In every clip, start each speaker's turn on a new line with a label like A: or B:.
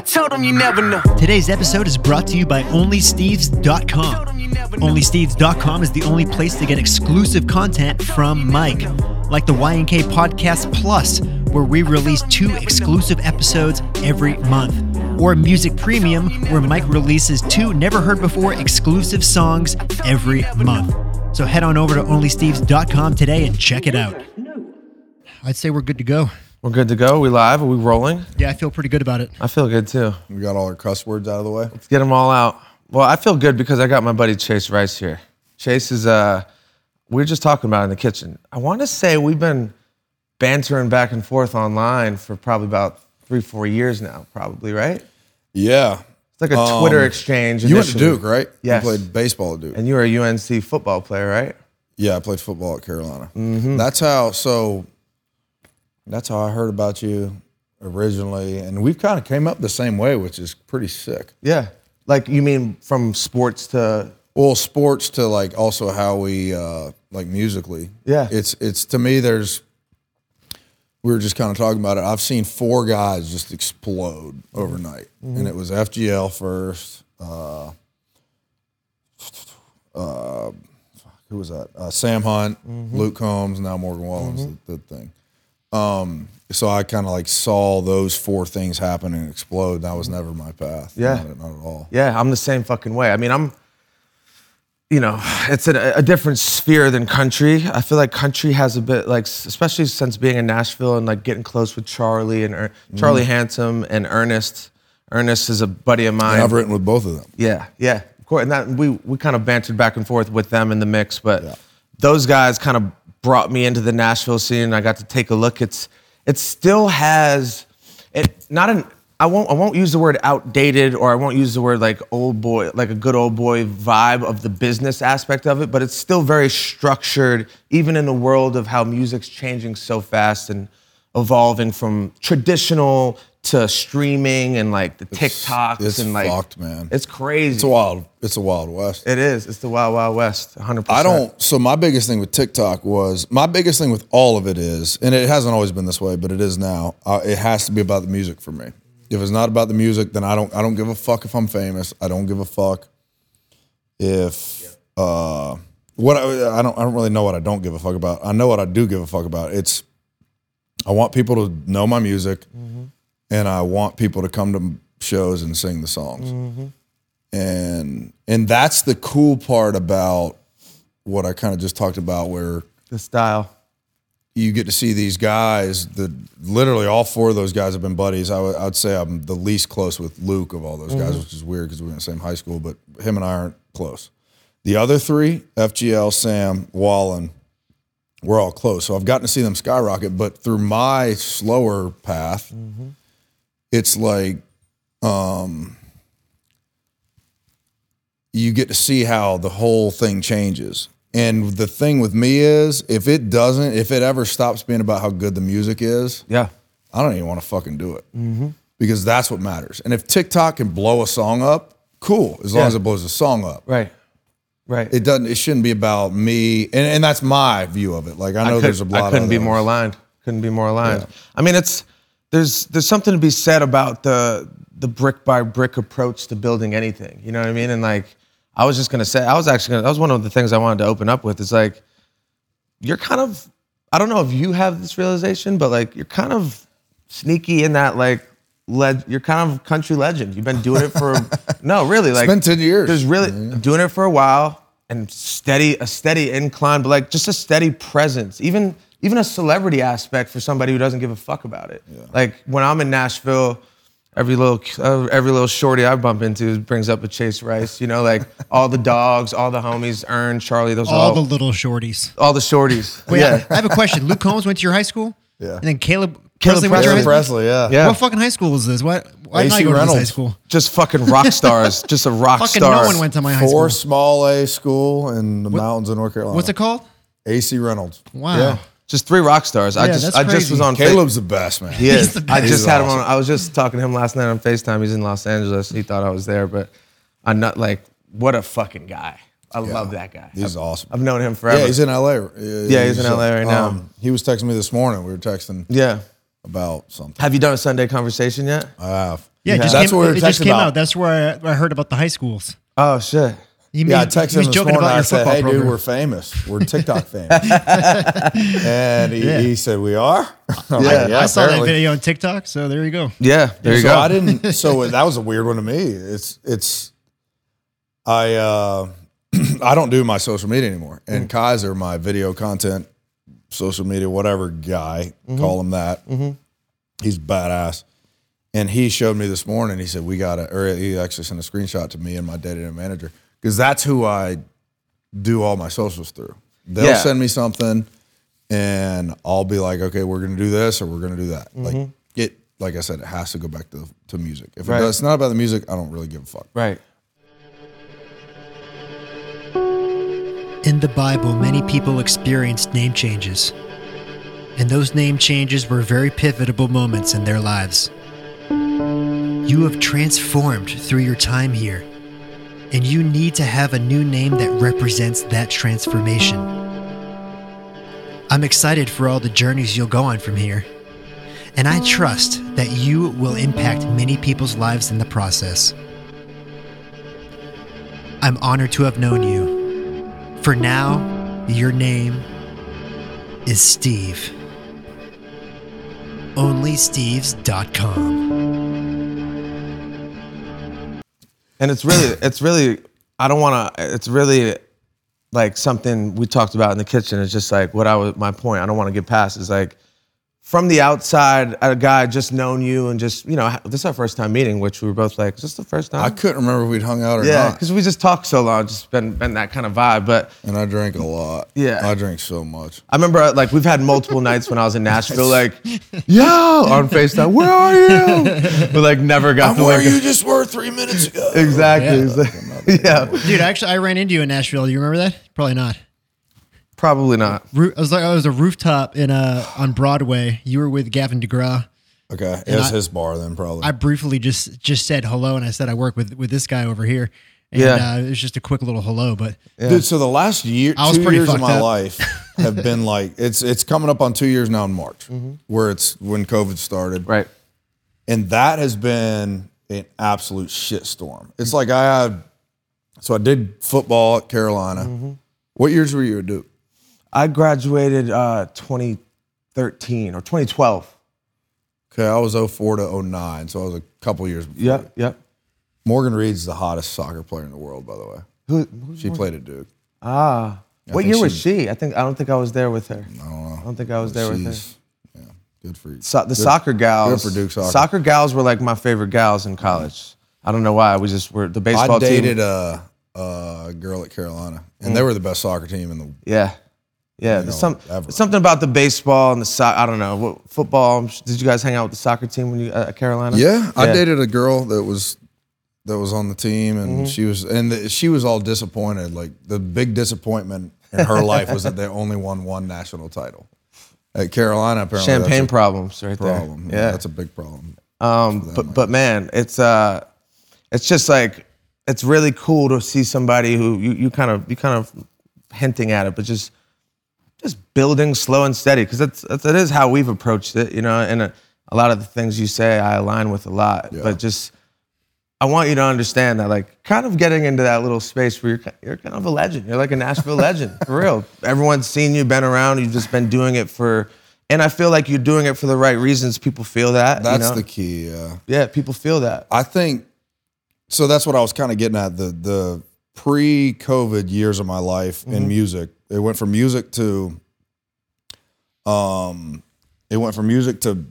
A: Tell them you never know.
B: Today's episode is brought to you by OnlySteves.com. OnlySteves.com is the only place to get exclusive content from Mike, like the YNK Podcast Plus, where we release two exclusive episodes every month, or Music Premium, where Mike releases two never heard before exclusive songs every month. So head on over to OnlySteves.com today and check it out. I'd say we're good to go.
C: We're good to go. We live. Are we rolling?
B: Yeah, I feel pretty good about it.
C: I feel good too.
D: We got all our cuss words out of the way.
C: Let's get them all out. Well, I feel good because I got my buddy Chase Rice here. Chase is uh we were just talking about it in the kitchen. I want to say we've been bantering back and forth online for probably about 3 4 years now, probably, right? It's
D: Yeah.
C: like a
D: Um,
C: Twitter exchange.
D: You went to
C: initially.
D: Duke, right?
C: Yes.
D: You played baseball at Duke.
C: And you were a UNC football player, right?
D: yeah, I played football at Carolina.
C: Mm-hmm.
D: That's how, so that's how I heard about you originally. And we've kind of came up the same way, which is pretty sick.
C: Yeah. Like you mean from sports to
D: Well, sports to like also how we, uh, like musically.
C: Yeah.
D: It's, it's to me, there's, we were just kind of talking about it. I've seen four guys just explode overnight.
C: Mm-hmm.
D: And it was FGL first. Uh, who was that? Uh, Sam Hunt,
C: Mm-hmm.
D: Luke Combs, now Morgan Wallen's the, the thing. Um, so I kind of like saw those four things happen and explode. That was never my path.
C: Mm-hmm. Yeah.
D: not, not at all.
C: Yeah, I'm the same fucking way. I mean, I'm, you know, it's a, a different sphere than country. I feel like country has a bit, like, s- especially since being in Nashville and like getting close with Charlie and Er- Charlie
D: Mm-hmm.
C: Handsome and Ernest. Ernest is a buddy of mine.
D: And I've written with both of them.
C: Yeah, yeah, of course. And that we we kind of bantered back and forth with them in the mix, but those guys kind of brought me into the Nashville scene. and I got to take a look. It's it still has it not an I won't I won't use the word outdated or I won't use the word like old boy like a good old boy vibe of the business aspect of it, but it's still very structured even in the world of how music's changing so fast and evolving from traditional to streaming and like the TikToks
D: it's
C: and like
D: fucked, man.
C: it's crazy.
D: It's a wild. It's a wild west.
C: It is. It's the Wild Wild West. 100.
D: I don't. So my biggest thing with TikTok was my biggest thing with all of it is, and it hasn't always been this way, but it is now. Uh, it has to be about the music for me. If it's not about the music, then I don't. I don't give a fuck if I'm famous. I don't give a fuck if uh, what I, I don't. I don't really know what I don't give a fuck about. I know what I do give a fuck about. It's I want people to know my music, and I want people to come to shows and sing the songs and and that's the cool part about what I kind of just talked about, where
C: The style.
D: you get to see these guys. That literally all four of those guys have been buddies. I would I would say I'm the least close with Luke of all those guys, which is weird because we were in the same high school, but him and I aren't close. The other three, FGL, Sam, Wallen, we're all close. So I've gotten to see them skyrocket, but through my slower path, it's like um, you get to see how the whole thing changes. And the thing with me is, if it doesn't, if it ever stops being about how good the music is,
C: Yeah.
D: I don't even want to fucking do it
C: Mm-hmm.
D: because that's what matters. And if TikTok can blow a song up, cool, as long
C: Yeah.
D: as it blows the song up.
C: Right. Right.
D: It doesn't. It shouldn't be about me, and, and that's my view of it. Like I know
C: could-
D: there's a lot.
C: I couldn't
D: of
C: be
D: those.
C: more aligned. Couldn't be more aligned. I mean, it's there's there's something to be said about the the brick by brick approach to building anything. You know what I mean? And like, I was just gonna say, I was actually gonna, that was one of the things I wanted to open up with. Is like, you're kind of, I don't know if you have this realization, but like, you're kind of sneaky in that like. Led, you're kind of a country legend. You've been doing it for no, really. Like
D: been 10 years.
C: There's really Mm-hmm. doing it for a while and steady a steady incline, but like just a steady presence. Even even a celebrity aspect for somebody who doesn't give a fuck about it. Like when I'm in Nashville, every little uh, every little shorty I bump into brings up a Chase Rice. You know, like all the dogs, all the homies, Earn, Charlie, those
B: All
C: all,
B: the little shorties.
C: all the shorties.
B: Wait,
C: yeah,
B: I, I have a question. Luke Combs went to your high school?
D: Yeah.
B: And then Caleb,
C: Caleb
B: Presley went to your high
D: Aaron
C: Presley.
B: school?
D: Presley, yeah.
C: yeah.
B: What fucking high school is this? What? Why did I
D: AC
B: go to this high
D: Reynolds.
B: school?
C: just fucking rock stars. just a rock
B: Fucking
C: star.
B: no one went to my high
D: Four
B: school.
D: small A school in the mountains of North Carolina.
B: What's it called?
D: AC Reynolds.
B: Wow.
D: Yeah.
C: Just three rock stars. I
B: Yeah,
C: just
B: that's
C: I just
B: crazy.
C: was on Fa-
D: Caleb's the best man.
C: He is.
B: the
C: I
B: best.
C: just
D: He's
C: had him
D: awesome.
C: on. I was just talking to him last night on Facetime. He's in Los Angeles. He thought I was there, but I'm not. Like, what a fucking guy. I love that guy.
D: He's awesome.
C: I've known him forever.
D: Yeah, he's in LA. Yeah, um,
C: Yeah, he's in LA right now.
D: he was texting me this morning. We were texting
C: Yeah.
D: about something. Uh,
C: Have you done a Sunday conversation yet?
D: I have.
B: Yeah, it just
D: That's
B: came,
D: what we were
B: it just
D: texting
B: came
D: about.
B: out. That's where I, I heard about the high schools.
C: Oh shit.
B: He
D: Yeah, I
B: made-
D: texted
B: he
D: him
B: was
D: this
B: joking
D: morning.
B: about
D: I
B: your
D: said,
B: football
D: "Hey, dude,
B: program."
D: we're famous. We're TikTok famous." and he,
B: Yeah.
D: he said, "We are." I'm like,
C: Yeah,
B: I saw
D: apparently."
B: that video on TikTok, so there you go.
C: Yeah, there you
D: so
C: go.
D: I didn't. So that was a weird one to me. It's it's. I uh, I don't do my social media anymore, and
C: Mm-hmm.
D: Kaiser, my video content, social media, whatever guy,
C: Mm-hmm.
D: call him that. He's badass, and he showed me this morning. He said we got to, or he actually sent a screenshot to me and my data manager because that's who I do all my socials through. They'll
C: Yeah.
D: send me something and I'll be like, okay, we're gonna do this or we're gonna do that. Like it, like I said, it has to go back to to music. If
C: Right.
D: it does, it's not about the music, I don't really give a fuck.
C: right.
B: In the Bible, many people experienced name changes. And those name changes were very pivotal moments in their lives. You have transformed through your time here, and you need to have a new name that represents that transformation. I'm excited for all the journeys you'll go on from here, and I trust that you will impact many people's lives in the process. I'm honored to have known you. For now, your name is Steve. OnlySteves.com.
C: And it's really, it's really, I don't want to, it's really like something we talked about in the kitchen. It's just like what I was, my point, I don't want to get past is like from the outside, a guy just known you and just, you know, ha- this is our first time meeting, which we were both like, is this the first
D: I
C: time?
D: couldn't remember if we'd hung out or
C: yeah,
D: not.
C: because we just talked so long, just been, been that kind of vibe. But
D: And I drink a lot.
C: Yeah.
D: I drink so much.
C: I remember uh, like we've had multiple nights when I was in Nashville, like, yo, on FaceTime, where are you? But like never got
D: I'm
C: the
D: where
C: link.
D: you just were three minutes ago.
C: Exactly.
B: Yeah.
C: It's like- yeah,
B: Dude, actually, I ran into you in Nashville. Do you remember that? Probably not.
C: probably not.
B: Ru- I was like, I was a rooftop in uh on Broadway. You were with Gavin DeGraw.
D: Okay, it was
B: I-
D: his bar then, probably.
B: I briefly just just said hello, and I said I work with with this guy over here. And,
C: Yeah.
B: uh, it was just a quick little hello, but
D: Dude, so the last year,
B: I was
D: two
B: pretty
D: years of
B: fucked
D: my
B: up.
D: life have been like it's it's coming up on two years now in March, where it's when COVID started,
C: Right.
D: and that has been an absolute shitstorm. It's like I had, so I did football at Carolina.
C: Mm-hmm.
D: What years were you at Duke?
C: I graduated uh, 2013 or 2012.
D: Okay, I was 04 to 09, so I was a couple years. Before.
C: Yep, yep.
D: Morgan Reed's the hottest soccer player in the world, by the way.
C: Who, who-
D: She played at Duke.
C: ah, what
D: think
C: year was she? I think I don't think I was there with her. I don't know. I don't think I was there with her.
D: She's- yeah, good for you.
C: So, the soccer gals.
D: Duke soccer.
C: gals were like my favorite gals in college. I don't know why. We just were the baseball
D: I dated
C: team. Mm.
D: a, a girl at Carolina, and they were the best soccer team in the.
C: Yeah. Yeah, there's some,
D: ever.
C: something about the baseball and the so- I don't know what, football. I'm sh- Did you guys hang out with the soccer team when you uh, at Carolina?
D: Yeah, I dated a girl that was that was on the team, and
C: Mm-hmm.
D: she was and the, she was all disappointed. Like the big disappointment in her life was that they only won one national title at Carolina. Apparently, that's
C: champagne
D: a
C: problems right there.
D: problem. Yeah. that's a big problem.
C: Um, but but man, it's uh, it's just like it's really cool to see somebody who you, you kind of you kind of hinting at it, but just just building slow and steady because that's, that's that is how we've approached it, you know. And a, a lot of the things you say, I align with a lot, but just. I want you to understand that, like, kind of getting into that little space where you're, ki- you're kind of a legend. You're like a Nashville legend, for real. Everyone's seen you, been around. You've just been doing it for, and I feel like you're doing it for the right reasons. People feel that.
D: That's
C: you know?
D: the key. Yeah.
C: Yeah, people feel that.
D: I think so. That's what I was kind of getting at the the pre-COVID years of my life
C: Mm-hmm.
D: in music. It went from music to, um, it went from music to,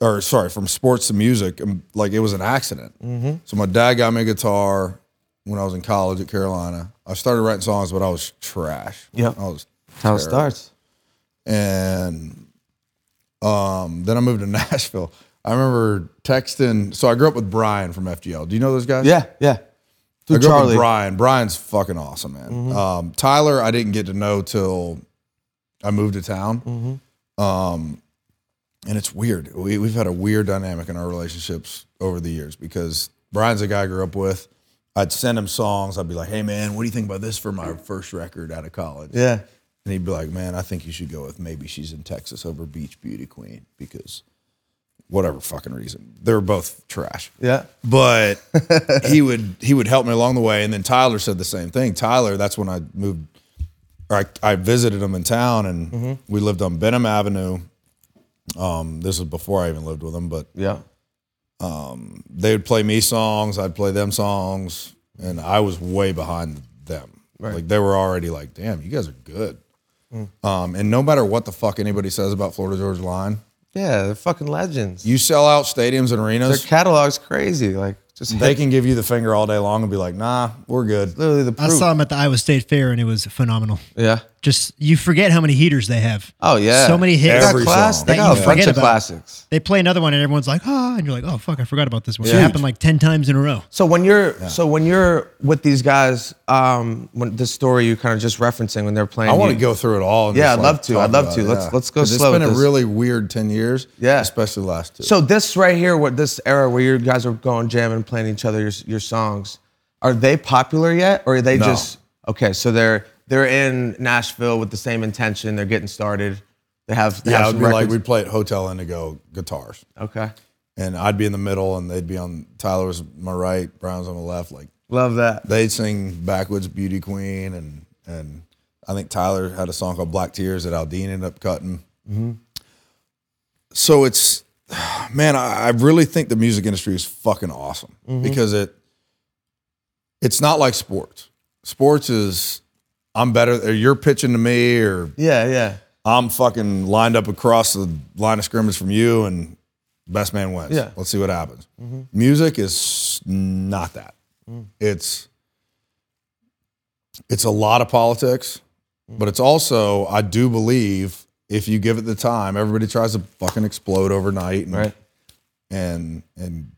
D: or sorry, from sports to music. And like it was an accident.
C: Mm-hmm.
D: So my dad got me a guitar when I was in college at Carolina. I started writing songs, but I was trash.
C: Yep.
D: I was
C: That's how it starts.
D: and um, then I moved to Nashville. I remember texting. So I grew up with Brian from FGL. Do you know those guys?
C: Yeah, yeah.
D: I
C: Through
D: grew up
C: Charlie. Mm-hmm.
D: with Brian. Brian's fucking awesome, man. Um, Tyler, I didn't get to know till I moved to town. Um,
C: Mm-hmm.
D: and it's weird. We, we've had a weird dynamic in our relationships over the years because Brian's a guy I grew up with. I'd send him songs. I'd be like, "Hey, man, what do you think about this for my first record out of college?"
C: Yeah.
D: And he'd be like, "Man, I think you should go with maybe she's in Texas over Beach Beauty Queen because whatever fucking reason. They were both trash.
C: Yeah.
D: But he would he would help me along the way, and then Tyler said the same thing. Tyler, that's when I moved. Or I, I visited him in town, and we lived on Benham Avenue. Um, this was before I even lived with him, but
C: Yeah.
D: they would play me songs, I'd play them songs, and I was way behind them. Like they were already like, damn, you guys are good.
C: Mm.
D: Um, and no matter what the fuck anybody says about Florida Georgia Line,
C: Yeah, they're fucking legends.
D: you sell out stadiums and
C: Their
D: arenas,
C: catalog's crazy. Like just
D: they can give you the finger all day long and be like, nah, we're good.
C: literally the
B: I
C: proof.
B: saw him at the Iowa State Fair and it was phenomenal.
C: yeah.
B: Just you forget how many heaters they have.
C: Oh yeah.
B: So many hits.
C: They got,
D: Every
C: class,
D: song.
C: they
B: that
C: got
B: you
C: a bunch
B: forget
C: of
B: about.
C: classics.
B: They play another one and everyone's like, ah, and you're like, oh fuck, I forgot about this one. It
D: Huge.
B: happened like ten times in a row.
C: So when you're so when you're with these guys, um, when this story you kind of just referencing when they're playing.
D: I want
C: you-
D: to go through it all. and
C: Yeah,
D: just,
C: I'd
D: like,
C: love to.
D: talk
C: I'd love
D: about
C: to.
D: it,
C: Let's- let's go
D: 'Cause
C: slow
D: It's been
C: with
D: a
C: this.
D: really weird ten years.
C: Yeah.
D: especially the last two.
C: So this right here, what this era where you guys are going jamming, playing each other your, your songs, are they popular yet, or are they
D: No.
C: just okay? So they're they're in Nashville with the same intention. They're getting started. They have they
D: yeah,
C: have
D: it'd
C: some
D: be like
C: records.
D: we'd play at Hotel Indigo guitars.
C: okay,
D: and I'd be in the middle, and they'd be on Tyler was my right, Brown's on my left. Like
C: love that.
D: they'd sing "Backwoods Beauty Queen," and and I think Tyler had a song called "Black Tears" that Aldine ended up cutting. So it's man, I, I really think the music industry is fucking awesome because it it's not like sports. Sports is I'm better, or you're pitching to me, or
C: Yeah, yeah,
D: I'm fucking lined up across the line of scrimmage from you, and best man wins.
C: Yeah.
D: Let's see what happens. Music is not that. It's it's a lot of politics, but it's also I do believe if you give it the time, everybody tries to fucking explode overnight and
C: right.
D: and and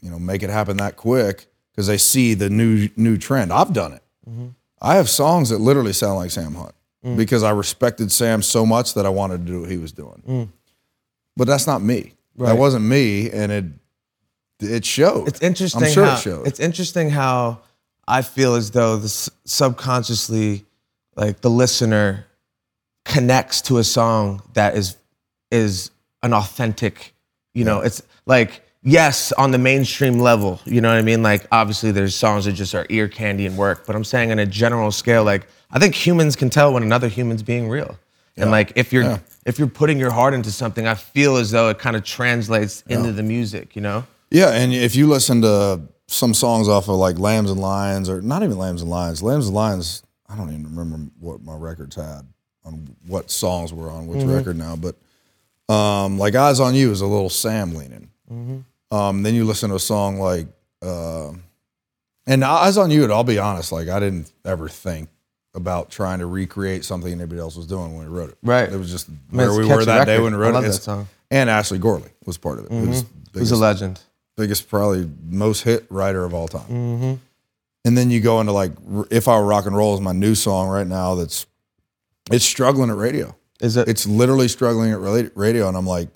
D: you know make it happen that quick because they see the new new trend. I've done it.
C: Mm-hmm.
D: I have songs that literally sound like Sam Hunt
C: Mm.
D: because I respected Sam so much that I wanted to do what he was doing. But that's not me.
C: Mm. Right.
D: That wasn't me, and it it showed.
C: It's interesting.
D: I'm sure
C: how,
D: it showed.
C: It's interesting how I feel as though the s- subconsciously, like the listener, connects to a song that is is an authentic. You know, it's like yes, on the mainstream level. You know what I mean? Like obviously, there's songs that just are ear candy and work. But I'm saying in a general scale, like I think humans can tell when another human's being real. And like if you're if you're putting your heart into something, I feel as though it kind of translates into the music. You know?
D: Yeah, and if you listen to some songs off of like Lambs and Lions, or not even Lambs and Lions, Lambs and Lions, I don't even remember what my records had on what songs were on which
C: Mm-hmm.
D: record now, but um, like Eyes on You is a little Sam leaning.
C: Mm-hmm.
D: Um, then you listen to a song like, uh, and Eyes on You, and I'll be honest, like I didn't ever think about trying to recreate something anybody else was doing when we wrote it.
C: Right.
D: It was just
C: Man,
D: where
C: it's a
D: we were
C: catchy
D: that day
C: record.
D: when we
C: I
D: wrote
C: love
D: it.
C: that song. Mm-hmm.
D: And Ashley Gorley was part of it. Who's
C: Who's a legend?
D: biggest, probably most hit writer of all time.
C: Mm-hmm.
D: And then you go into like, R- if I were rock and roll is my new song right now. That's it's struggling at radio.
C: Is it?
D: It's literally struggling at rela- radio, and I'm like,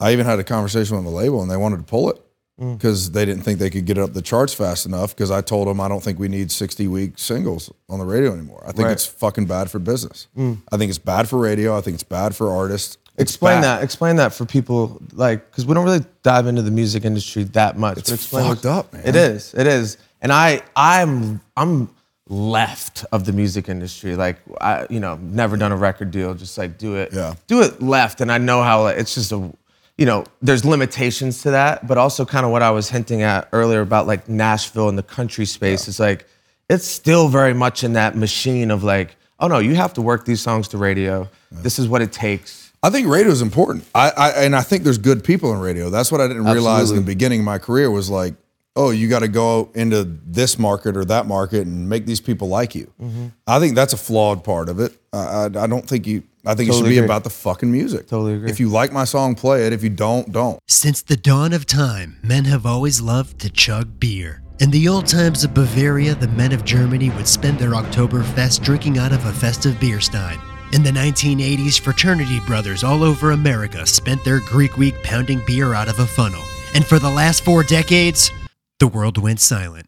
D: I even had a conversation with the label, and they wanted to pull it because they didn't think they could get it up the charts fast enough. Because I told them I don't think we need 60 week singles on the radio anymore. I think
C: Right.
D: it's fucking bad for business. I think it's bad for radio. I think it's bad for artists. It's
C: explain
D: bad.
C: that. Explain that for people, like, because we don't really dive into the music industry that much. It's explain
D: fucked
C: what-
D: up, man.
C: It is. It is. And I, I'm, I'm left of the music industry. Like, I, you know, never done a record deal. Just like do it.
D: Yeah.
C: Do it left, and I know how like, it's just a, you know, there's limitations to that, but also kind of what I was hinting at earlier about like Nashville and the country space is like, it's still very much in that machine of like, oh no, you have to work these songs to radio. This is what it takes.
D: I think radio is important. I, I and I think there's good people in radio. That's what I didn't realize in the beginning of my career was like, oh, you got to go into this market or that market and make these people like you.
C: Mm-hmm.
D: I think that's a flawed part of it. I, I, I don't think you. I think it should
C: Totally
D: be
C: agree.
D: about the fucking music.
C: Totally agree.
D: If you like my song, play it. If you don't, don't.
B: Since the dawn of time, men have always loved to chug beer. In the old times of Bavaria, the men of Germany would spend their Oktoberfest drinking out of a festive beer stein. In the 1980s, fraternity brothers all over America spent their Greek week pounding beer out of a funnel. And for the last four decades, the world went silent.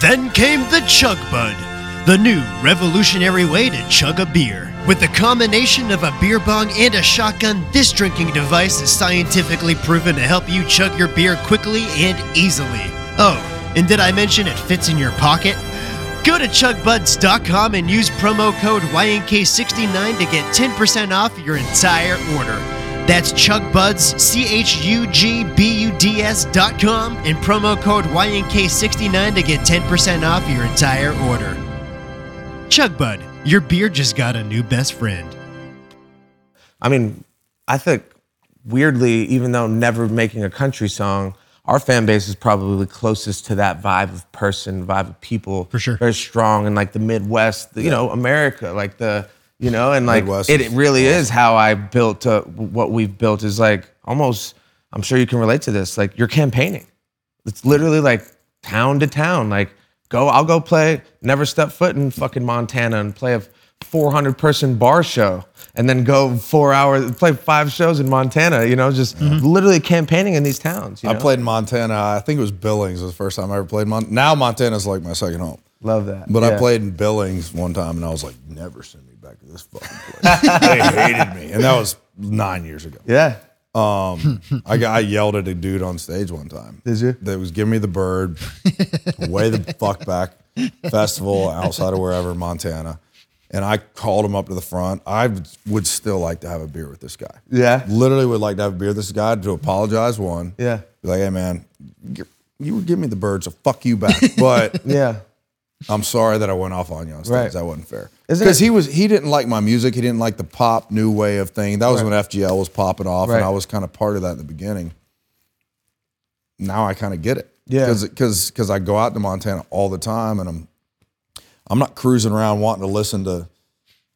B: Then came the chug bud, the new revolutionary way to chug a beer. With the combination of a beer bong and a shotgun, this drinking device is scientifically proven to help you chug your beer quickly and easily. Oh, and did I mention it fits in your pocket? Go to chugbuds.com and use promo code YNK69 to get 10% off your entire order. That's chugbuds, C H U G B U D S.com, and promo code YNK69 to get 10% off your entire order. Chugbud, your beer just got a new best friend.
C: I mean, I think weirdly, even though never making a country song, our fan base is probably closest to that vibe of person, vibe of people.
B: For sure.
C: Very strong in like the Midwest, you know, America, like the, you know, and like
D: Midwest
C: it,
D: is-
C: it really is how I built uh, what we've built is like almost, I'm sure you can relate to this, like you're campaigning. It's literally like town to town. Like, go, I'll go play, never step foot in fucking Montana and play a 400 person bar show and then go four hours, play five shows in Montana, you know, just literally campaigning in these towns. You
D: Mm-hmm. I
C: know?
D: played in Montana. I think it was Billings was the first time I ever played. Mon- now Montana's like my second home.
C: Love that.
D: But I
C: Yeah.
D: played in Billings one time, and I was like, "Never send me back to this fucking place." they hated me, and that was nine years ago.
C: Yeah.
D: I got I yelled at a dude on stage one time.
C: Did you?
D: That was give me the bird, way the fuck back festival outside of wherever Montana, and I called him up to the front. I would- would still like to have a beer with this guy.
C: Yeah.
D: literally would like to have a beer with this guy to apologize one.
C: Yeah.
D: be like hey man, you- you would give me the bird, so fuck you back. But
C: Yeah.
D: I'm sorry that I went off on you on stage.
C: Right.
D: That wasn't fair.
C: Isn't
D: Because
C: it-
D: he was he didn't like my music. He didn't like the pop new way of thing. That was when FGL was popping off,
C: Right.
D: and I was kind of part of that in the beginning. Now I kind of get it.
C: Yeah.
D: Because because I go out to Montana all the time, and I'm I'm not cruising around wanting to listen to.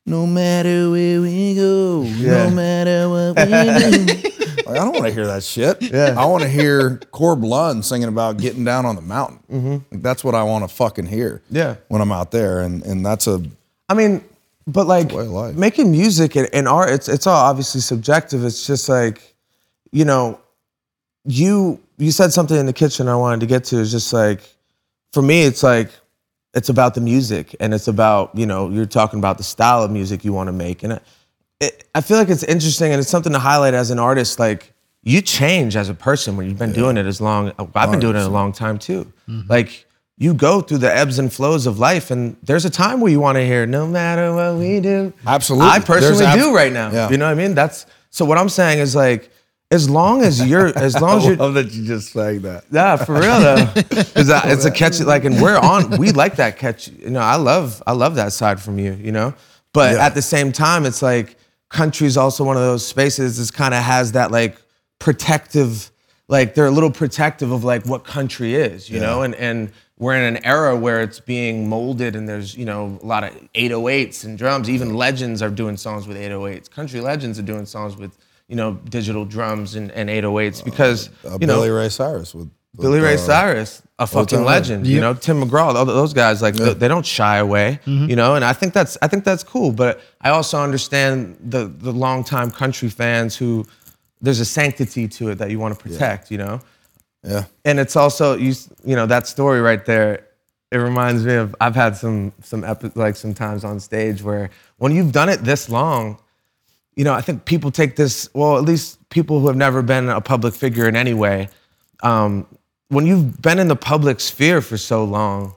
D: No matter where we go,
C: Yeah.
D: no matter what we do. Like, I don't want to hear that shit. I want to hear Corb Lund singing about getting down on the mountain.
C: Mm-hmm.
D: Like, that's what I want to fucking hear.
C: Yeah.
D: When I'm out there, and and that's a
C: I mean, but like
D: way of life.
C: making music and, and art, it's it's all obviously subjective. It's just like, you know, you you said something in the kitchen I wanted to get to. It's just like, for me, it's like, it's about the music and it's about you know you're talking about the style of music you want to make and. It, it, I feel like it's interesting and it's something to highlight as an artist. Like you change as a person when you've been doing it as long. I've been doing it a long time too.
D: Mm-hmm.
C: Like you go through the ebbs and flows of life, and there's a time where you want to hear "No matter what we do."
D: Absolutely.
C: I personally
D: There's ab-
C: do right now.
D: Yeah.
C: You know what I mean? That's so. What I'm saying is like, as long as you're, as long as you're,
D: that you just sang that.
C: Nah, for real though. It's a, it's a catchy like, and we're on. We like that catchy. You know, I love I love that side from you. You know, but
D: Yeah.
C: at the same time, it's like country's also one of those spaces that kind of has that like protective, like they're a little protective of like what country is. You know, and and we're in an era where it's being molded, and there's you know a lot of 808s and drums. Even legends are doing songs with 808s. Country legends are doing songs with you know digital drums and, and 808s because
D: Uh,
C: you know
D: Billy Ray Cyrus with, with,
C: Billy Ray
D: uh,
C: Cyrus, a fucking
D: time.
C: legend. You know, Tim McGraw, all those guys, like they, they don't shy away. You know, and I think that's I think that's cool. But I also understand the the longtime country fans who there's a sanctity to it that you want to protect. You know,
D: Yeah.
C: and it's also you s- you know that story right there. It reminds me of I've had some some epi- like some times on stage where when you've done it this long, you know, I think people take this, well, at least people who have never been a public figure in any way, um, when you've been in the public sphere for so long,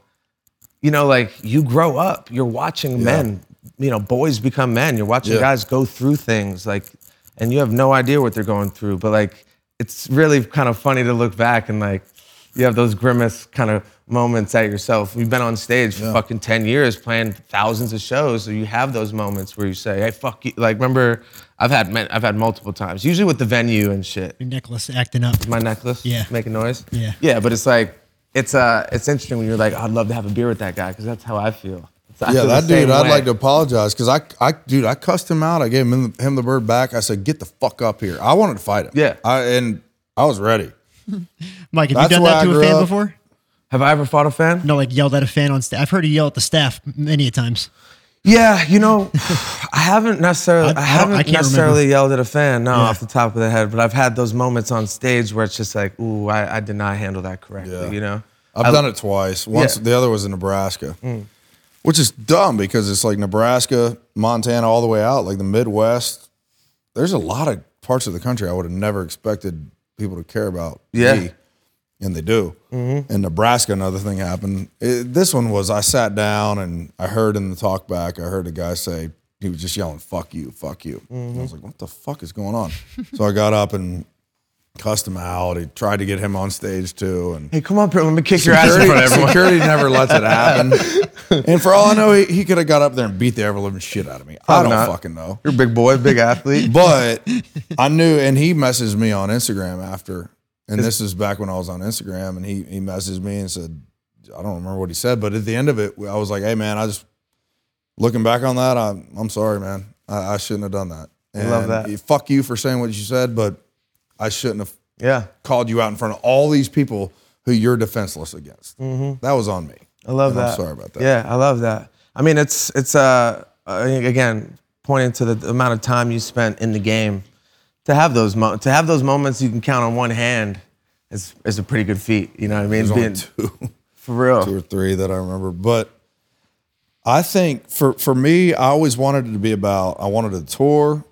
C: you know, like you grow up, you're watching men, you know, boys become men, you're watching
D: Yeah.
C: guys go through things, like, and you have no idea what they're going through. But like, it's really kind of funny to look back and like, you have those grimace kind of moments at yourself. We've been on stage for fucking 10 years playing thousands of shows. So you have those moments where you say, hey, fuck you. Like, remember, I've had, men- I've had multiple times, usually with the venue and shit
B: Your necklace acting up.
C: my necklace.
B: Yeah.
C: Making noise.
B: Yeah.
C: Yeah, but it's like it's uh it's interesting when you're like, I'd love to have a beer with that guy because that's how I feel. It's- I
D: Yeah,
C: feel the
D: that dude.
C: same
D: I'd
C: way.
D: like to apologize because I, I, dude, I cussed him out. I gave him him the bird back. I said, "Get the fuck up here." I wanted to fight him.
C: Yeah.
D: I, and I was ready.
B: Mike, have
D: That's
B: you done
D: where
B: that
D: I
B: to a
D: grew
B: fan
D: up.
B: before?
C: Have I ever fought a fan?
B: No, like yelled at a fan on staff. I've heard you yell at the staff many a times.
C: Yeah, you know, I haven't necessarily
B: I- I
C: I,
B: don't-
C: haven't
B: I can't
C: necessarily yelled at a fan, no,
B: Yeah.
C: off the top of the head, but I've had those moments on stage where it's just like, ooh, I, I did not handle that correctly,
D: Yeah.
C: you know?
D: I've done it twice. Once
C: Yeah. Mm.
D: the other was in Nebraska. which is dumb because it's like Nebraska, Montana, all the way out, like the Midwest. There's a lot of parts of the country I would have never expected people to care about.
C: Yeah. Mm-hmm.
D: me, and they do. In Nebraska, another thing happened. It, this one was I sat down and I heard in the talk back, I heard a guy say, he was just yelling, fuck you, fuck you. And
C: Mm-hmm.
D: I was like, what the fuck is going on? so I got up and cussed him out. He tried to get him on stage too. And
C: Hey, come up here. Let me kick your ass in front
D: security,
C: of everyone.
D: security never lets it happen. and for all I know, he, he could have got up there and beat the ever living shit out of me. I
C: Probably
D: don't
C: not.
D: fucking know.
C: You're a big boy, big athlete.
D: But I knew, and he messaged me on Instagram after. And this is back when I was on Instagram, and he he messaged me and said, I don't remember what he said, but at the end of it, I was like, Hey man, I just looking back on that, I'm I'm sorry, man. I, I shouldn't have done that. And
C: love that.
D: you- Fuck you for saying what you said, but I shouldn't have
C: Yeah,
D: called you out in front of all these people who you're defenseless against. That was on me.
C: I love
D: And I'm
C: that.
D: sorry about that.
C: Yeah, I love that. I mean, it's it's uh uh, again pointing to the amount of time you spent in the game to have those mo- to have those moments you can count on one hand is is a pretty good feat. You know what I mean?
D: There's only
C: Being-
D: two,
C: for real.
D: two or three that I remember. But I think for for me, I always wanted it to be about I wanted to tour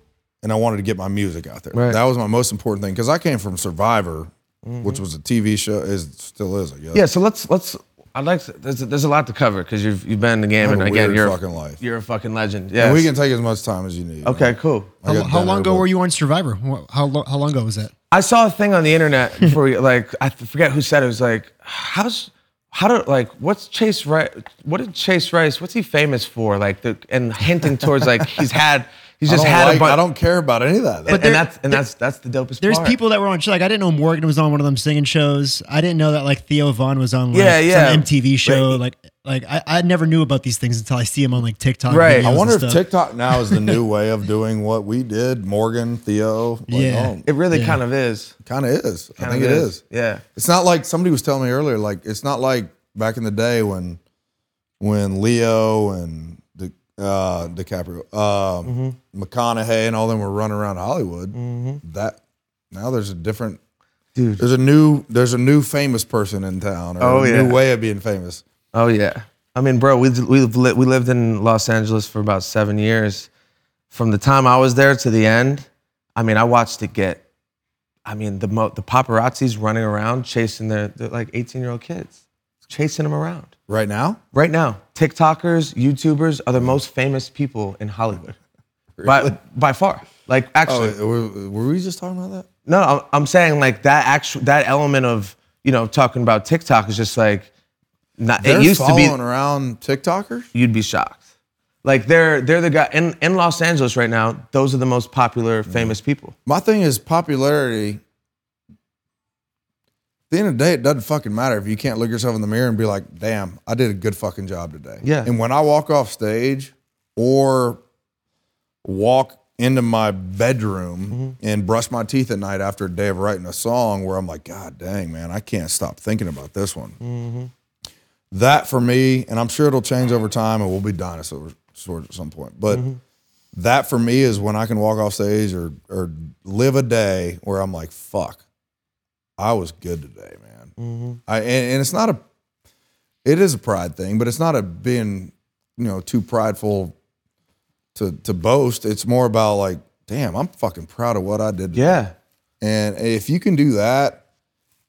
D: and I wanted to get my music out there.
C: Right.
D: That was my most important thing because I came from Survivor, which was a TV show, is still is, I guess.
C: Yeah, so let's let's. I'd like to, there's there's a lot to cover because you've you've been in the game
D: have
C: and
D: a
C: again
D: weird
C: you're
D: fucking life.
C: You're a fucking legend.
D: And
C: Yeah.
D: we can take as much time as you need.
C: Okay, cool.
D: I
B: How,
D: got
B: how
D: dinner,
B: long ago
D: but-
B: were you on Survivor? Wha- How, lo- how long ago was that?
C: I saw a thing on the internet before we like I forget who said it, it was like how's how do like what's Chase Rice? What did Chase Rice? What's he famous for? Like the and hinting towards like he's had he's
D: I
C: just
D: don't,
C: had a
D: like,
C: bunch.
D: I don't care about any of that.
C: and,
B: there-
C: and that's and that's that's the dopest
B: There's
C: part.
B: people that were on, like, I didn't know Morgan was on one of them singing shows. I didn't know that, like, Theo Vaughn was on, like,
C: Yeah, yeah.
B: some MTV show. Like, like I, I never knew about these things until I see him on, like, TikTok.
C: Right.
B: videos
D: I
B: and
D: wonder if
B: stuff.
D: TikTok now is the new way of doing what we did. Morgan, Theo, like,
B: Yeah.
D: oh,
C: It really
B: Yeah.
C: kind of is.
D: kind of is. I
C: Kind
D: think
C: of
D: it is.
C: Yeah.
D: It's not like somebody was telling me earlier. Like it's not like back in the day when when Leo and the uh, DiCaprio, uh,
C: Mm-hmm.
D: McConaughey, and all them were running around Hollywood. That now there's a different
C: Dude.
D: There's a new there's a new famous person in town. Or
C: Oh,
D: a
C: yeah.
D: new way of being famous.
C: Oh yeah. I mean, bro, we we li- we lived in Los Angeles for about seven years. From the time I was there to the end, I mean, I watched it get. I mean, the mo- the paparazzi's running around chasing their, their like eighteen year old kids, chasing them around.
D: Right now,
C: Right now, TikTokers, YouTubers are the most famous people in Hollywood, by by far. Like actually,
D: oh, were, were we just talking about that?
C: no, I'm- I'm saying like that actual that element of you know talking about TikTok is just like not.
D: They're
C: it used to
D: following
C: be
D: around TikTokers.
C: you'd be shocked. Like they're they're the guy in, in Los Angeles right now. Those are the most popular, famous people.
D: My thing is popularity. At the end of the day, it doesn't fucking matter if you can't look yourself in the mirror and be like, damn, I did a good fucking job today.
C: Yeah.
D: And when I walk off stage or walk into my bedroom and brush my teeth at night after a day of writing a song where I'm like, God dang, man, I can't stop thinking about this one. That for me, and I'm sure it'll change over time and we'll be dinosaurs swords at some point. But that for me is when I can walk off stage or or live a day where I'm like, fuck, I was good today, man.
C: Mm-hmm.
D: I and, and it's not a, it is a pride thing, but it's not a being, you know, too prideful to to boast. It's more about like, damn, I'm fucking proud of what I did. Today.
C: Yeah,
D: And if you can do that,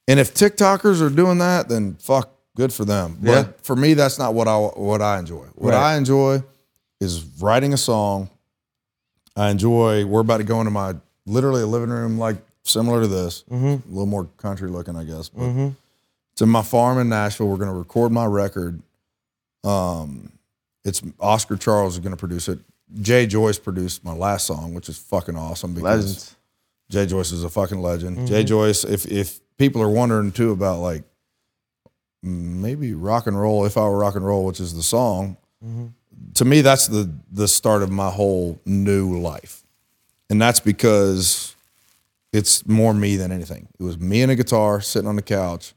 D: and if TikTokers are doing that, then fuck, good for them. But
C: Yeah.
D: for me, that's not what I what I enjoy. What
C: Right.
D: I enjoy is writing a song. I enjoy. We're about to go into my literally a living room like similar to this,
C: Mm-hmm.
D: a little more country looking, I guess. But it's in my farm in Nashville. We're going to record my record. Um, it's Oscar Charles is going to produce it. Jay Joyce produced my last song, which is fucking awesome because
C: legends. Mm-hmm.
D: Jay Joyce is a fucking legend. Jay Joyce, if if people are wondering too about like maybe rock and roll, if I were rock and roll, which is the song, to me that's the the start of my whole new life, and that's because it's more me than anything. It was me and a guitar sitting on the couch,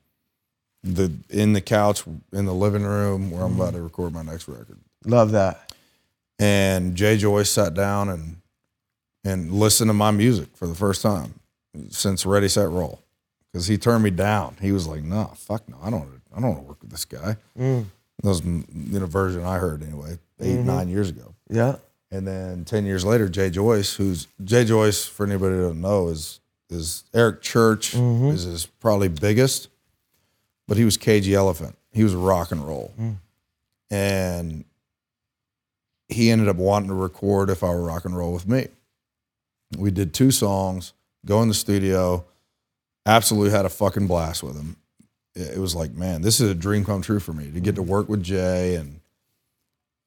D: the in the couch in the living room where I'm about to record my next record
C: Love that.
D: and Jay Joyce sat down and and listened to my music for the first time since Ready Set Roll because he turned me down. He was like, "No, fuck no, I don't, I don't want to work with this guy." That was mm, you know version I heard anyway, 8 nine years ago.
C: Yeah.
D: And then ten years later, Jay Joyce, who's Jay Joyce, for anybody that doesn't know, is is Eric Church is his probably biggest, but he was Cagey Elephant. He was rock and roll, and he ended up wanting to record "If I Were Rock and Roll" with me. We did two songs, go in the studio, absolutely had a fucking blast with him. It it was like, man, this is a dream come true for me to get to work with Jay and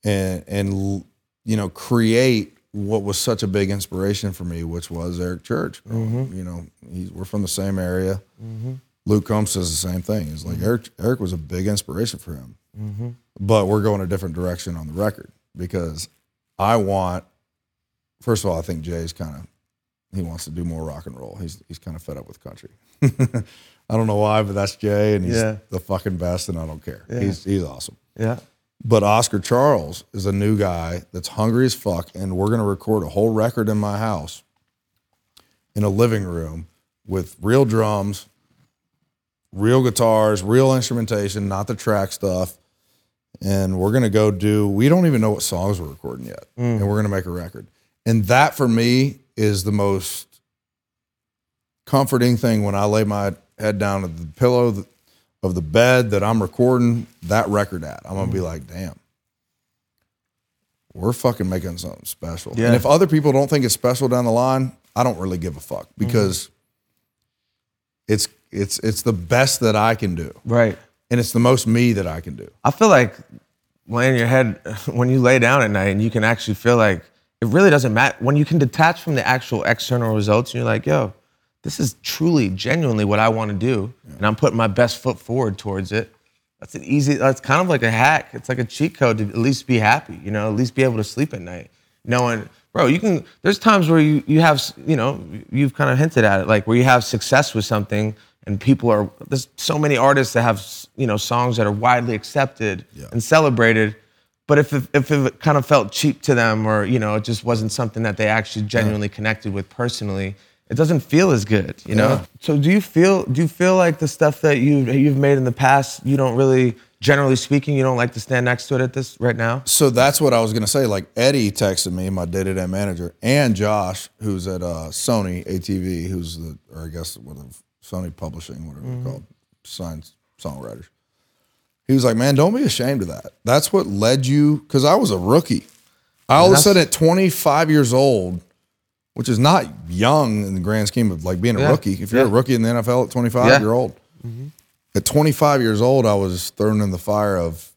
D: and and l- you know create what was such a big inspiration for me, which was Eric Church. bro. You know, he's, we're from the same area. Luke Combs says the same thing. He's like Eric. Eric was a big inspiration for him, but we're going a different direction on the record because I want. First of all, I think Jay's kind of he wants to do more rock and roll. He's he's kind of fed up with country. I don't know why, but that's Jay, and he's
C: Yeah.
D: the fucking best, and I don't care. He's he's awesome.
C: Yeah.
D: But Oscar Charles is a new guy that's hungry as fuck, and we're gonna record a whole record in my house, in a living room, with real drums, real guitars, real instrumentation, not the track stuff. And we're gonna go do. We don't even know what songs we're recording yet, and we're gonna make a record. And that for me is the most comforting thing when I lay my head down at the pillow th- of the bed that I'm recording that record at. I'm gonna be like, damn, we're fucking making something special.
C: Yeah.
D: And if other people don't think it's special down the line, I don't really give a fuck because it's it's it's the best that I can do,
C: Right.
D: and it's the most me that I can do.
C: I feel like laying your head when you lay down at night and you can actually feel like it really doesn't matter when you can detach from the actual external results and you're like, yo, this is truly genuinely what I want to do and I'm putting my best foot forward towards it. That's an easy that's kind of like a hack. It's like a cheat code to at least be happy, you know, at least be able to sleep at night. Knowing, bro, you can there's times where you you have, s- you know, you've kind of hinted at it like where you have success with something and people are there's so many artists that have you know songs that are widely accepted and celebrated but if it, if it kind of felt cheap to them or you know it just wasn't something that they actually genuinely connected with personally it doesn't feel as good you know
D: Yeah.
C: so do you feel do you feel like the stuff that you you've made in the past you don't really generally speaking you don't like to stand next to it at this right now
D: So that's what I was gonna say. Like Eddie texted me, my day-to-day manager, and Josh, who's at uh, Sony ATV, who's the or I guess one of Sony Publishing, whatever
C: Mm-hmm.
D: they're called, signed songwriters. He was like, "Man, don't be ashamed of that. That's what led you." Because I was a rookie. I all of a
C: that's-
D: sudden at 25 years old, which is not young in the grand scheme of like being a
C: Yeah.
D: rookie. If you're a
C: Yeah.
D: rookie in the NFL at 25,
C: Yeah.
D: you're old. At 25 years old, I was thrown in the fire of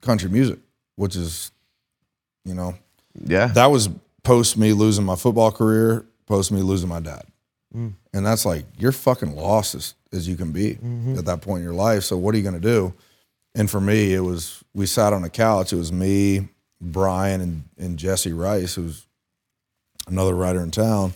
D: country music, which is, you know,
C: yeah
D: that was post me losing my football career, post me losing my dad. And that's like, you're fucking lost as, as you can be at that point in your life. So, what are you going to do? And for me, it was, we sat on a couch. It was me, Brian, and, and Jesse Rice, who's another writer in town.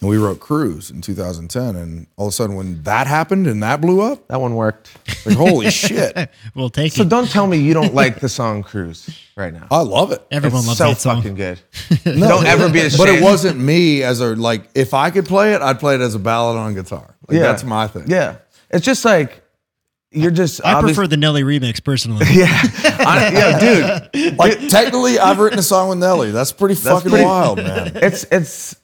D: And we wrote Cruise in 2010. And all of a sudden, when that happened and that blew up,
C: that one worked
D: it's like, holy shit,
B: We'll take
C: so
B: it.
C: don't tell me you don't like the song cruise right now
D: I love it.
B: Everyone
C: it's
B: loves
C: so
B: that song.
C: fucking good don't ever be ashamed
D: But it wasn't me as a like. If I could play it, I'd play it as a ballad on guitar. Like, that's my thing.
C: yeah it's just like you're just
B: I
C: obvious-
B: prefer the Nelly remix personally.
C: I- yeah dude
D: Like technically, I've written a song with Nelly. That's pretty fucking
C: pretty-
D: wild, man.
C: it's it's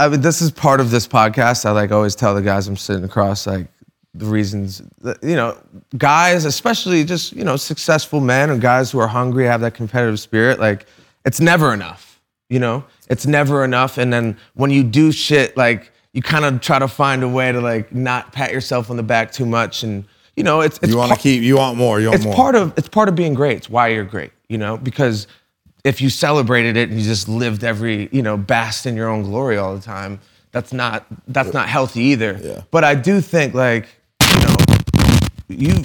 C: I mean this is part of this podcast. I like always tell the guys I'm sitting across like the reasons that, you know guys, especially just you know successful men or guys who are hungry have that competitive spirit. Like it's never enough, you know. It's never enough, and then when you do shit like you kind of try to find a way to like not pat yourself on the back too much, and you know it's it's
D: You want to
C: par-
D: keep? You want more? You want
C: it's
D: more?
C: part of it's part of being great. It's why you're great, you know, because if you celebrated it and you just lived every, you know, basked in your own glory all the time, that's not that's not healthy either.
D: Yeah.
C: But I do think like, you know, you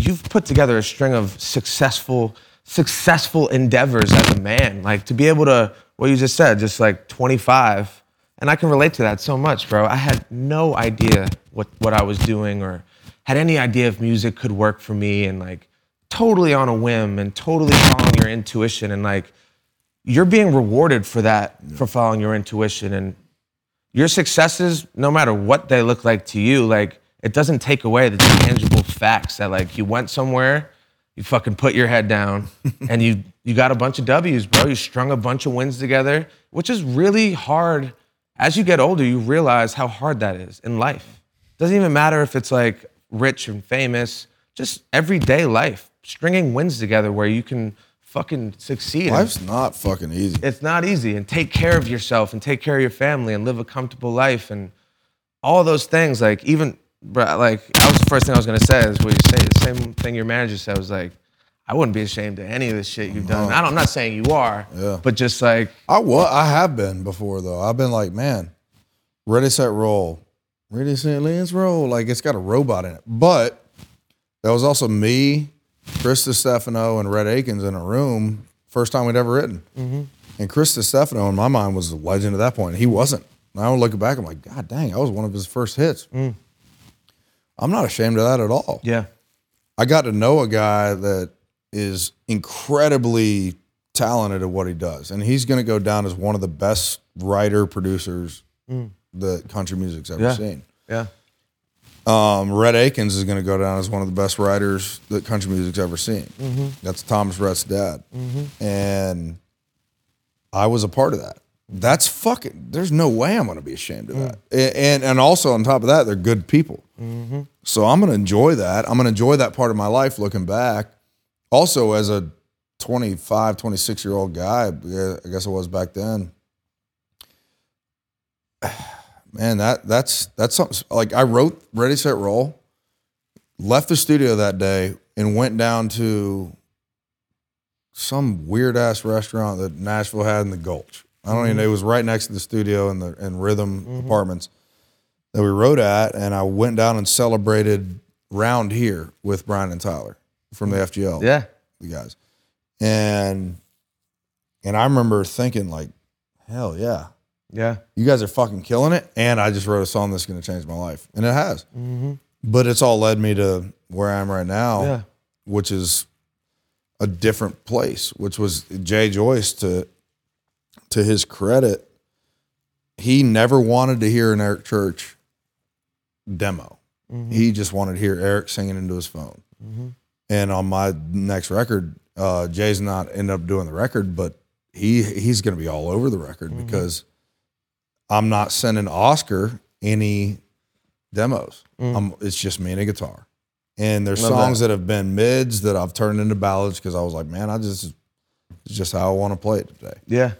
C: you've put together a string of successful successful endeavors as a man like to be able to what you just said just like 25 and i can relate to that so much bro i had no idea what what i was doing or had any idea if music could work for me and like totally on a whim and totally following your intuition and like you're being rewarded for that for following your intuition and your successes, no matter what they look like to you, like it doesn't take away the tangible facts that like you went somewhere You fucking put your head down and you you got a bunch of W's, bro. You strung a bunch of wins together, which is really hard. As you get older, you realize how hard that is in life. Doesn't even matter if it's like rich and famous, just everyday life. Stringing wins together where you can fucking succeed. and
D: Life's not fucking easy.
C: it's not easy and take care of yourself and take care of your family and live a comfortable life and all those things like even bruh, like that was the first thing i was going to say is what you say the same thing your manager said was like i wouldn't be ashamed of any of this shit you've done I don't, i'm not saying you are
D: Yeah.
C: but just like
D: I was. I have been before though. I've been like, man, ready set roll, ready set let's roll. Like it's got a robot in it. But that was also me, Chris Stefano, and Red Akins in a room. First time we'd ever written. And Chris Stefano, in my mind, was a legend at that point. He wasn't. Now looking back, I'm like, God dang, I was one of his first hits. I'm not ashamed of that at all.
C: yeah
D: I got to know a guy that is incredibly talented at what he does, and he's going to go down as one of the best writer producers that country music's ever
C: Yeah.
D: seen.
C: yeah
D: Um, Red Akins is going to go down as one of the best writers that country music's ever seen. That's Thomas Rhett's dad, and I was a part of that. That's fucking. There's no way I'm going to be ashamed of that. A- And and also on top of that, they're good people. So I'm going to enjoy that. I'm going to enjoy that part of my life looking back. Also, as a 25, 26 year old guy, yeah, I guess I was back then. Man, that that's that's something. Like I wrote Ready Set Roll, left the studio that day, and went down to some weird ass restaurant that Nashville had in the Gulch. I don't even know. It was right next to the studio and the and Rhythm Apartments that we rode at, and I went down and celebrated round here with Brian and Tyler from the FGL,
C: yeah
D: the guys, and and I remember thinking like, hell yeah,
C: yeah
D: you guys are fucking killing it, and I just wrote a song that's going to change my life, and it has. But it's all led me to where I am right now,
C: Yeah.
D: which is a different place. Which was Jay Joyce to to his credit, he never wanted to hear an Eric Church demo.
C: Mm-hmm.
D: He just wanted to hear Eric singing into his phone. And on my next record, uh, Jay's not ended up doing the record, but he he's going to be all over the record because I'm not sending Oscar any demos. I'm, it's just me and a guitar. And there's
C: Love
D: songs that. have been mids that I've turned into ballads because I was like, man, I just it's just how I want to play it today
C: yeah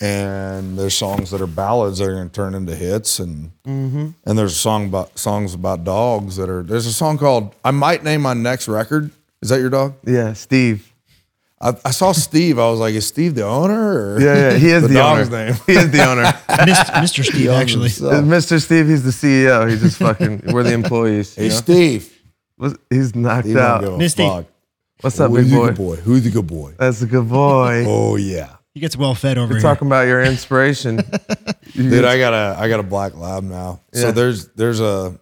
D: and there's songs that are ballads that are going to turn into hits and and there's a song about songs about dogs that are there's a song called I might name my next record is that your dog
C: yeah steve
D: I, I saw Steve I was like is Steve the owner or
C: yeah yeah he is the,
D: dog's
C: owner
D: name
C: he is the owner
B: Mr. Mr. Steve, actually.
D: So,
C: mr steve he's the ceo he's just fucking we're the employees you
D: hey
C: know?
D: Steve
C: What's- he's knocked
D: he don't
C: out
D: give a
B: Miss Steve.
D: fuck
C: what's up big
D: who's the
C: boy
D: good boy who's the good boy
C: that's a good boy
D: oh yeah
B: He gets well fed over
C: We're
B: here.
C: talking about your inspiration.
D: dude I got a I got a black lab now
C: Yeah.
D: so there's there's a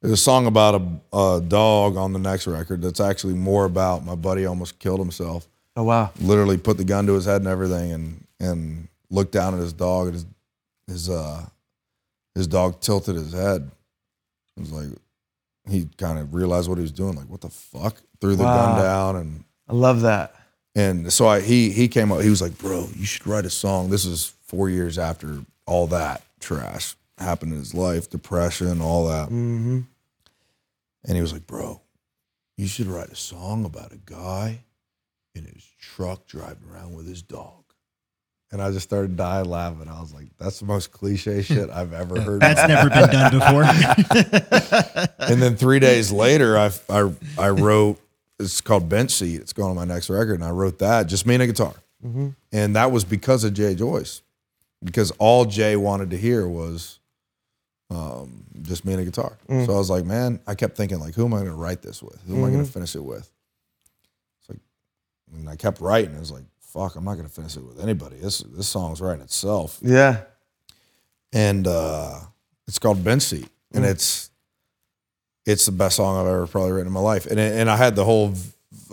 D: there's a song about a, a dog on the next record that's actually more about my buddy almost killed himself
C: oh wow.
D: literally put the gun to his head and everything and and looked down at his dog and his his uh his dog tilted his head. It was like he kind of realized what he was doing, like what the fuck? Threw the
C: Wow.
D: gun down and
C: I love that.
D: and so I he he came up, he was like, Bro, you should write a song. This is four years after all that trash happened in his life, depression, all that.
C: Mm-hmm.
D: And he was like, Bro, you should write a song about a guy in his truck driving around with his dog. And I just started dying laughing. I was like, That's the most cliche shit I've ever heard.
B: That's never been done before.
D: and then three days later, I, I, I wrote, it's called Bench Seat. It's going on my next record. And I wrote that, just me and a guitar.
C: mm-hmm.
D: And that was because of Jay Joyce, because all Jay wanted to hear was um, just me and a guitar. So I was like, man, I kept thinking, like, who am I going to write this with? Who am I going to finish it with? It's like, and I kept writing. I was like, fuck, I'm not going to finish it with anybody. This, this song's writing itself
C: Yeah.
D: and uh, it's called Bench Seat,
C: Mm.
D: and it's it's the best song I've ever probably written in my life. And it, and I had the whole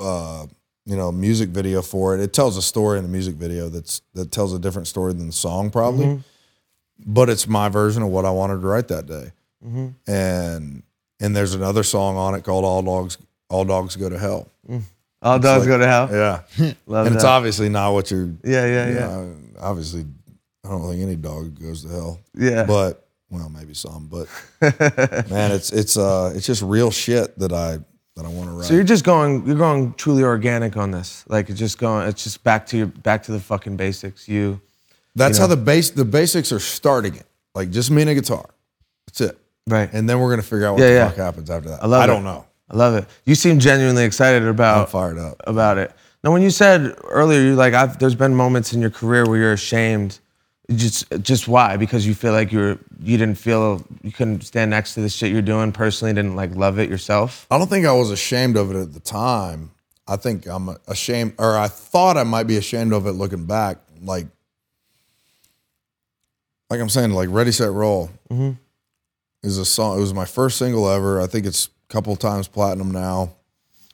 D: uh, you know music video for it. It tells a story in the music video that's that tells a different story than the song probably,
C: Mm-hmm.
D: but it's my version of what I wanted to write that day.
C: Mm-hmm.
D: And and there's another song on it called All Dogs All Dogs Go to Hell.
C: All dogs go to hell.
D: Yeah.
C: Oh, Love
D: and it's
C: that.
D: obviously not what you're.
C: Yeah, yeah,
D: you
C: yeah.
D: know, obviously, I don't think any dog goes to hell.
C: Yeah.
D: But well, maybe some. But man, it's it's uh it's just real shit that I that I want to write.
C: So you're just going, you're going truly organic on this. Like it's just going, it's just back to your, back to the fucking basics. You,
D: That's how the base the basics are starting it. Like just me and a guitar. That's it.
C: Right.
D: And then we're gonna figure out what
C: Yeah,
D: the
C: yeah.
D: fuck happens after that.
C: I love.
D: I
C: it.
D: don't know.
C: I love it. You seem genuinely excited about
D: I'm fired up.
C: about it. Now, when you said earlier, you like, I've, there's been moments in your career where you're ashamed. Just, just why? Because you feel like you're, you didn't feel, you couldn't stand next to the shit you're doing personally. Didn't like love it yourself.
D: I don't think I was ashamed of it at the time. I think I'm ashamed, or I thought I might be ashamed of it looking back. Like, like I'm saying, like "Ready Set Roll" is a song. It was my first single ever. I think it's a couple times platinum now.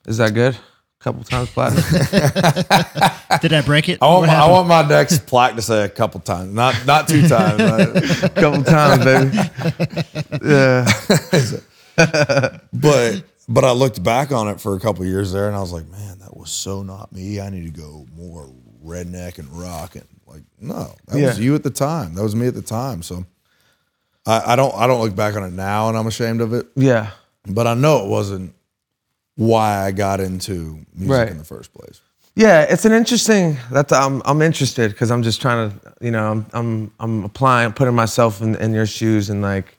C: Is that good? couple times platinum.
B: Did I break it?
D: I want
B: What
D: my, I
B: happened?
D: want my next plaque to say a couple times, not not two times. but-
C: couple times, baby.
D: but but I looked back on it for a couple years there, and I was like, man, that was so not me. I need to go more redneck and rock and like no, that was
C: Yeah.
D: you at the time. That was me at the time. So I, I don't I don't look back on it now, and I'm ashamed of it.
C: Yeah.
D: But I know it wasn't why I got into music
C: Right.
D: in the first place.
C: Yeah, it's an interesting. That's I'm I'm interested because I'm just trying to you know I'm I'm I'm applying putting myself in, in your shoes and like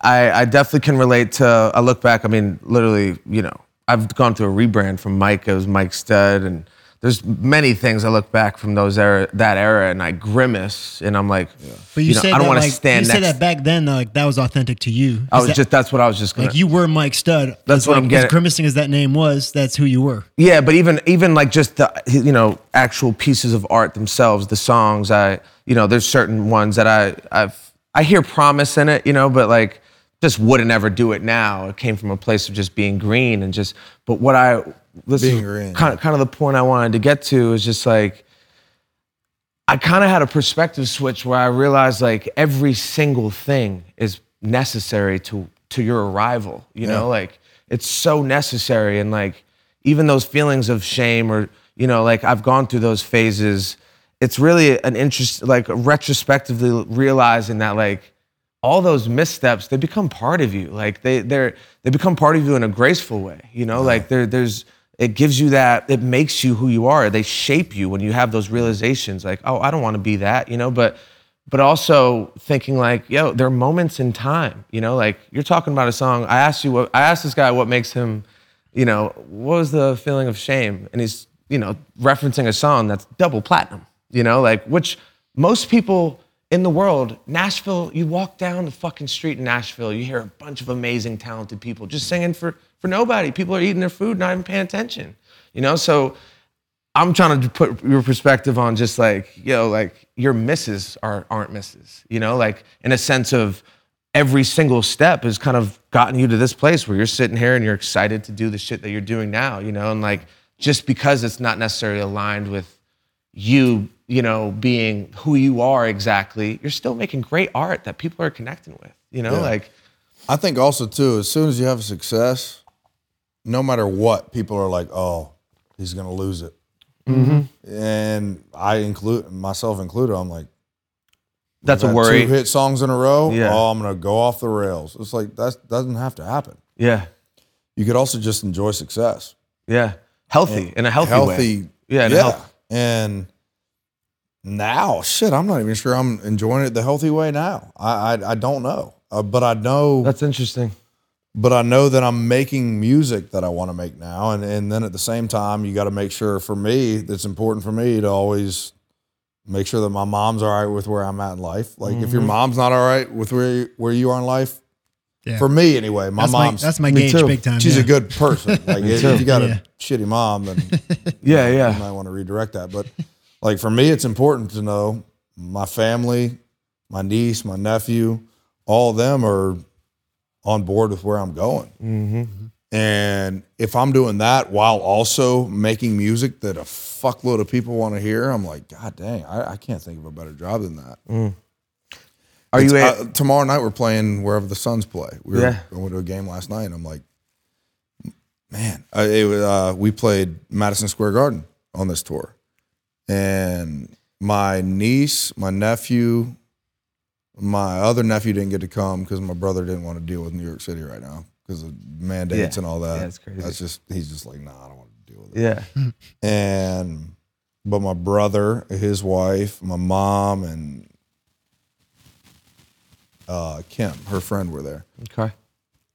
C: I I definitely can relate to. I look back. I mean, literally, you know, I've gone through a rebrand from Mike. It was Mike Stud, and there's many things I look back from those era that era, and I grimace and I'm like,
B: But you,
C: know,
B: said
C: I don't
B: that,
C: want to
B: like,
C: stand
B: You
C: next.
B: said that back then, though, like that was authentic to you.
C: I
B: Is
C: was
B: that-
C: just that's what I was just gonna.
B: like you were Mike Stud.
C: That's what
B: like,
C: I'm getting
B: As
C: at.
B: grimacing as that name was, that's who you were.
C: Yeah, but even even like just the you know actual pieces of art themselves, the songs. I you know there's certain ones that I I've I hear promise in it, you know, but like just wouldn't ever do it now. It came from a place of just being green and just. But what I this
D: Being green.
C: kind of kind of the point I wanted to get to is just like I kind of had a perspective switch where I realized like every single thing is necessary to to your arrival. You know, like it's so necessary, and like even those feelings of shame or you know, like I've gone through those phases. It's really an interest, like retrospectively realizing that like all those missteps they become part of you like they they're they become part of you in a graceful way you know like there there's it gives you that it makes you who you are they shape you when you have those realizations like oh i don't want to be that you know but but also thinking like yo there are moments in time you know like you're talking about a song i asked you what i asked this guy what makes him you know what was the feeling of shame and he's you know referencing a song that's double platinum you know like which most people in the world, Nashville, you walk down the fucking street in Nashville, you hear a bunch of amazing, talented people just singing for, for nobody. People are eating their food, not even paying attention. You know, so I'm trying to put your perspective on just like, you know, like your misses are, aren't misses, you know, like in a sense of every single step has kind of gotten you to this place where you're sitting here and you're excited to do the shit that you're doing now, you know, and like just because it's not necessarily aligned with you, you know, being who you are exactly, you're still making great art that people are connecting with, you know, like,
D: I think also too, as soon as you have success, no matter what, people are like, "Oh, he's gonna lose it,"
C: Mm-hmm.
D: and I include myself included. I'm like,
C: that's a
D: had
C: worry.
D: Two hit songs in a row.
C: Yeah.
D: Oh, I'm gonna go off the rails. It's like that doesn't have to happen.
C: Yeah.
D: You could also just enjoy success,
C: Yeah. Healthy in a healthy, way.
D: healthy.
C: Yeah, and
D: yeah.
C: health-
D: And now, shit, I'm not even sure I'm enjoying it the healthy way now. I I, I don't know, uh, but I know
C: That's interesting.
D: but I know that I'm making music that I want to make now. And and then at the same time, you got to make sure for me, that's important for me to always make sure that my mom's all right with where I'm at in life. Like if your
B: Mm-hmm.
D: mom's not all right with where you, where you are in life,
B: Yeah.
D: for me anyway, my
B: That's
D: mom's
B: my that's my
C: Me
B: gauge,
C: too.
B: big time.
D: she's
B: yeah.
D: a good person. Like if,
C: too.
D: if you got
B: Yeah.
D: a shitty mom, then
C: Yeah.
D: you
C: Yeah.
D: might want to redirect that. But like for me, it's important to know my family, my niece, my nephew, all of them are on board with where I'm going.
C: Mm-hmm.
D: And if I'm doing that while also making music that a fuckload of people want to hear, I'm like, God dang, I, I can't think of a better job than that.
C: Are
D: It's-
C: you, a-
D: uh, tomorrow night? We're playing wherever the Suns play. We were,
C: Yeah.
D: I went to a game last night, and I'm like, man, I, it, was, uh, we played Madison Square Garden on this tour, and my niece, my nephew, my other nephew didn't get to come because my brother didn't want to deal with New York City right now because of mandates
C: Yeah.
D: and all that.
C: Yeah, it's crazy.
D: That's just he's just like, nah, I don't want to deal with it
C: Yeah.
D: and but my brother, his wife, my mom, and uh, Kim, her friend, were there.
C: Okay.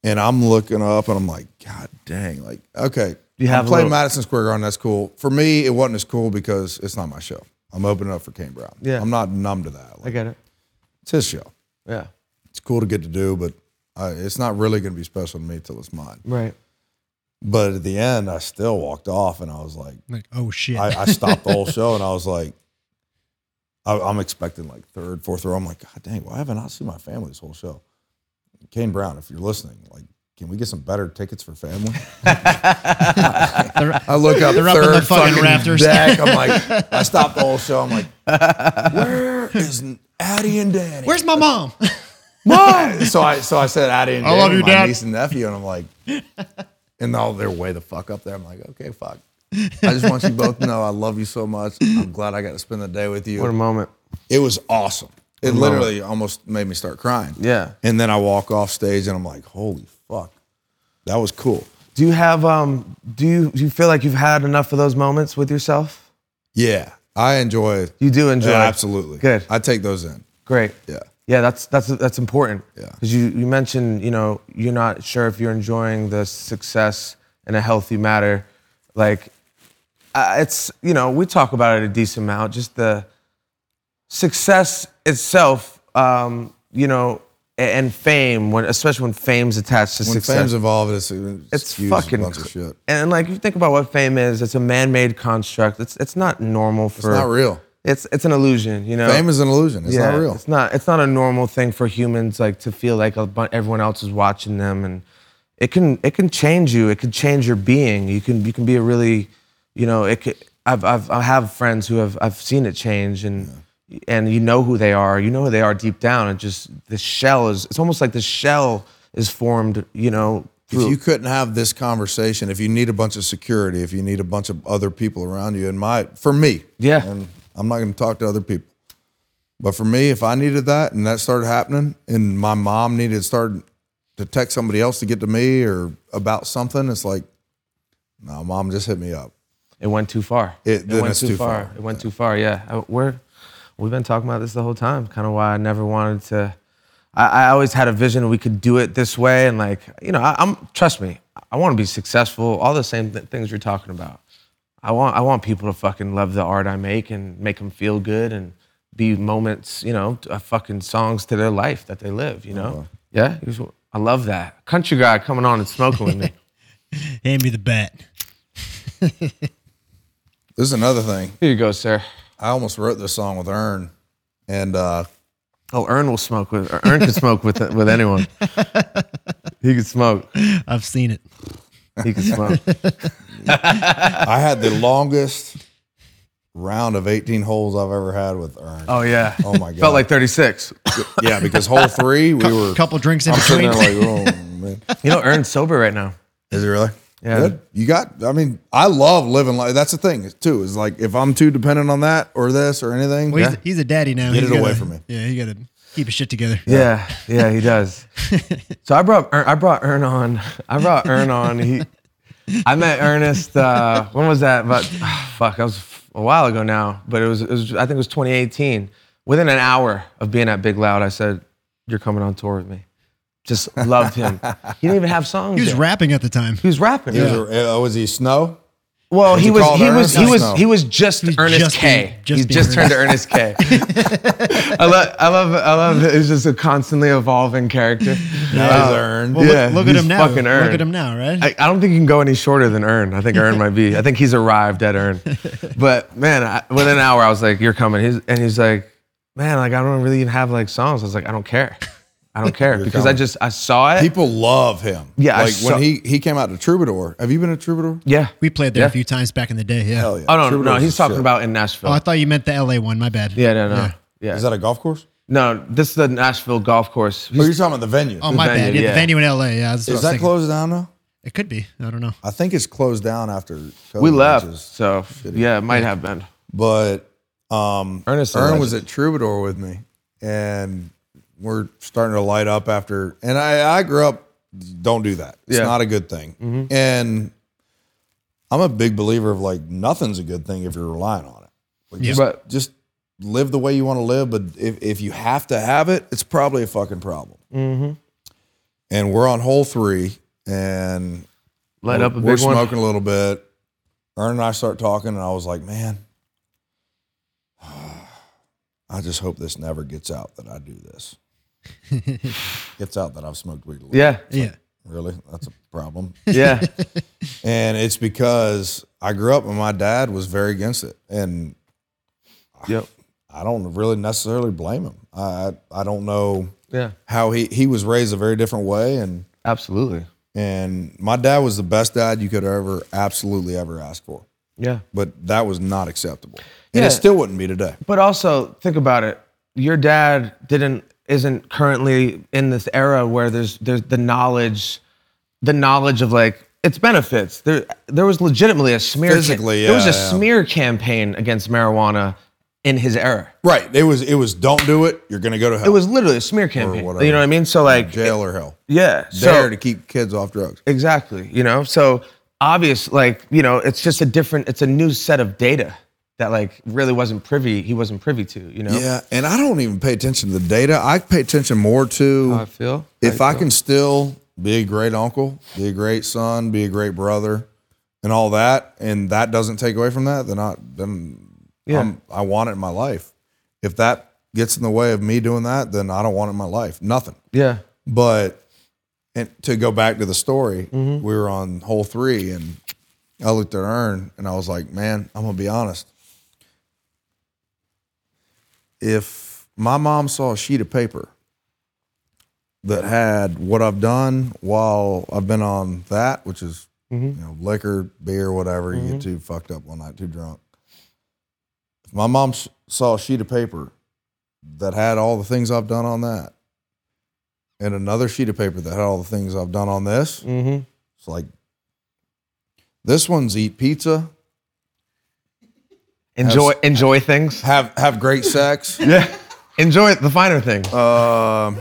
D: And I'm looking up, and I'm like, God dang! Like, okay,
C: You have
D: I'm
C: a
D: playing
C: little-
D: Madison Square Garden. That's cool. For me, it wasn't as cool because it's not my show. I'm opening up for Kane Brown.
C: Yeah.
D: I'm not numb to that.
C: I
D: Like,
C: get it.
D: it's his show.
C: Yeah.
D: It's cool to get to do, but uh, it's not really going to be special to me till it's mine.
C: Right.
D: But at the end, I still walked off, and I was like,
B: Like, oh shit.
D: I, I stopped the whole show and I was like, I, I'm expecting like third, fourth row. I'm like, God dang, why haven't I seen my family this whole show? Kane Brown, if you're listening, like, can we get some better tickets for family? I look up
B: They're up in
D: third
B: the fucking
D: fucking
B: rafters.
D: deck. I'm like, I stopped the whole show. I'm like, where is Addie and Danny?
B: Where's my mom?
D: Mom? so I so I said Addie and
B: I
D: Danny,
B: love you,
D: my
B: Dad.
D: niece and nephew, and I'm like, and all they're way the fuck up there. I'm like, okay, fuck. I just want you both to know I love you so much. I'm glad I got to spend the day with you.
C: What a moment.
D: It was awesome. It literally almost made me start crying.
C: Yeah.
D: And then I walk off stage and I'm like, holy fuck, that was cool.
C: Do you have um do you do you feel like you've had enough of those moments with yourself?
D: Yeah, I enjoy it.
C: You do enjoy.
D: Yeah,
C: it.
D: absolutely.
C: Good.
D: I take those in.
C: Great.
D: Yeah.
C: Yeah, that's that's that's important.
D: Yeah.
C: Because you you mentioned you know you're not sure if you're enjoying the success in a healthy manner, like uh, it's you know we talk about it a decent amount. Just the success itself, um, you know, a- and fame when especially when fame's attached to
D: When
C: success.
D: fame's involved, it's it's,
C: it's
D: huge,
C: fucking
D: bunch of shit.
C: And like you think about what fame is, it's a man-made construct. It's it's not normal for.
D: not real.
C: It's it's an illusion, you know.
D: Fame is an illusion. It's
C: Yeah,
D: not real.
C: It's not. It's not a normal thing for humans like to feel like a, bu- everyone else is watching them, and it can it can change you. It can change your being. You can you can be a really, you know, it. Could, I've I've I have friends who have I've seen it change, and and you know who they are. You know who they are deep down. It just the shell is. It's almost like the shell is formed. You know.
D: if
C: through-
D: you couldn't have this conversation, if you need a bunch of security, if you need a bunch of other people around you, and my for me,
C: Yeah.
D: and I'm not going to talk to other people, but for me, if I needed that and that started happening, and my mom needed to start to text somebody else to get to me or about something, it's like, no, mom, just hit me up.
C: It went too far.
D: It- then
C: went
D: it's too far.
C: It went too far. Yeah, I- we're we've been talking about this the whole time. Kind of why I never wanted to. I, I always had a vision we could do it this way, and like you know, I, I'm trust me, I want to be successful. All the same th- things you're talking about. I want I want people to fucking love the art I make and make them feel good and be moments, you know, uh, fucking songs to their life that they live. You
D: Uh-huh.
C: know, yeah. Here's what- I love that country guy coming on and smoking with me.
B: Hand me the bat.
D: This is another thing.
C: Here you go, sir.
D: I almost wrote this song with Earn, and uh,
C: Oh, Ern will smoke with Ern can smoke with with anyone. He can smoke.
B: I've seen it.
C: He can smoke.
D: I had the longest round of 18 holes I've ever had with Earn.
C: Oh yeah.
D: Oh, my God.
C: Felt like 36.
D: Yeah, because hole three, we were.
B: Couple drinks in
D: I'm sitting
B: between.
D: there like, oh, man.
C: You know, Ern's sober right now.
D: Is it really?
C: Yeah.
D: Good. You got, I mean, I love living life. That's the thing, too, is like if I'm too dependent on that or this or anything,
B: Well, he's, he's a daddy now.
D: Get
B: He's
D: it away
B: gotta-
D: from me.
B: Yeah, you gotta keep his shit together.
C: Yeah, yeah, he does. So I brought Ern, I brought Ern on. I brought Ern on. He, I met Ernest. Uh, when was that? But fuck, that was a while ago now. But it was, it was I think it was 2018. Within an hour of being at Big Loud, I said, "You're coming on tour with me." Just loved him. He didn't even have songs.
B: He was
C: yet.
B: rapping at the time.
C: He was rapping.
D: Is it- uh, was he snow?
C: Well, he
D: it
C: was
D: called
C: he
D: Ernest?
C: was he
D: No,
C: was
D: no.
C: he was just Ernest
B: just
C: K.
B: being- just
C: he
B: being
C: just turned to Ernest K. I love I love I love it. It's just a constantly evolving character.
D: That is Earn.
B: Well,
C: Yeah,
B: look, look at
C: he's
B: him now.
C: fucking Ern.
B: look at him now, right?
C: I, I don't think he can go any shorter than Earn. I think Earn might be. I think he's arrived at Earn. But man, I, within an hour, I was like, "You're coming," he's, and he's like, "Man, like I don't really even have like songs." I was like, "I don't care, I don't care," because I
D: coming.
C: just I saw it.
D: People love him.
C: Yeah, I
D: Like
C: saw-
D: when he, he came out to Troubadour. Have you been to Troubadour?
C: yeah.
B: we played there
C: Yeah.
B: a few times back in the day. Yeah.
D: Hell yeah.
C: Oh no, no,
D: Troubadour's
C: he's
D: the
C: talking
D: shit.
C: about in Nashville.
B: Oh, I thought you meant the LA one. My bad.
C: yeah, no, no, yeah.
D: Is that a golf course?
C: no, this is the Nashville golf course.
D: Oh, you're talking about the venue.
B: Oh, my
C: venue,
B: bad. Yeah,
C: yeah.
B: the venue in LA. Yeah. that's what I
D: is
B: was
D: that
B: thinking.
D: closed down now?
B: It could be. I don't know.
D: I think it's closed down after COVID,
C: we
D: which
C: left,
D: is-
C: so yeah, it might have been.
D: but um,
C: Ernest is
D: Ern
C: legend.
D: was at Troubadour with me, and we're starting to light up after. And I, I grew up, don't do that. It's
C: Yeah. Mm-hmm.
D: not a good thing. And I'm a big believer of like nothing's a good thing if you're relying on it. Like,
B: Yeah.
D: just,
C: But-
D: just live the way you want to live. But if, if you have to have it, it's probably a fucking problem.
C: mm-hmm.
D: And we're on hole three, and
C: Light
D: we're,
C: up a
D: we're
C: big one.
D: smoking a little bit. Ern and I start talking, and I was like, man, I just hope this never gets out that I do this. gets out that I've smoked weed. a lot.
C: Yeah,
B: Yeah.
D: Really? That's a problem.
C: yeah,
D: and it's because I grew up and my dad was very against it. And
C: yep,
D: I don't really necessarily blame him. I, I I don't know
C: yeah,
D: how he, he was raised a very different way. And
C: absolutely,
D: and my dad was the best dad you could ever absolutely ever ask for.
C: yeah.
D: But that was not acceptable. And
C: Yeah.
D: it still wouldn't be today.
C: But also think about it. Your dad didn't isn't currently in this era where there's there's the knowledge, the knowledge of like its benefits. There there was legitimately a smear.
D: Physically,
C: there was a
D: yeah, yeah.
C: smear campaign against marijuana in his era.
D: Right. It was it was don't do it, you're gonna go to hell.
C: It was literally a smear campaign. You know
D: whatever.
C: what I mean? So like,
D: jail or hell.
C: yeah. So
D: There to keep kids off drugs.
C: exactly. You know. So obvious, like you know, it's just a different. It's a new set of data that like really wasn't privy. He wasn't privy to. You know.
D: Yeah, and I don't even pay attention to the data. I pay attention more to
C: How I feel.
D: if I can still be a great uncle, be a great son, be a great brother, and all that, and that doesn't take away from that, then I then
C: Yeah.
D: I'm, I want it in my life. If that gets in the way of me doing that, then I don't want it in my life. Nothing.
C: Yeah.
D: But and to go back to the story, we were on hole three, and I looked at Earn, and I was like, "Man, I'm gonna be honest. If my mom saw a sheet of paper that had what I've done while I've been on that, which is you know liquor, beer, whatever, you get too fucked up one night, too drunk. If my mom s- saw a sheet of paper that had all the things I've done on that." and another sheet of paper that had all the things I've done on this.
C: Mm-hmm.
D: It's like this one's eat pizza,
C: Enjoy enjoy things.
D: have have great sex,
C: Yeah. Enjoy the finer things.
D: um,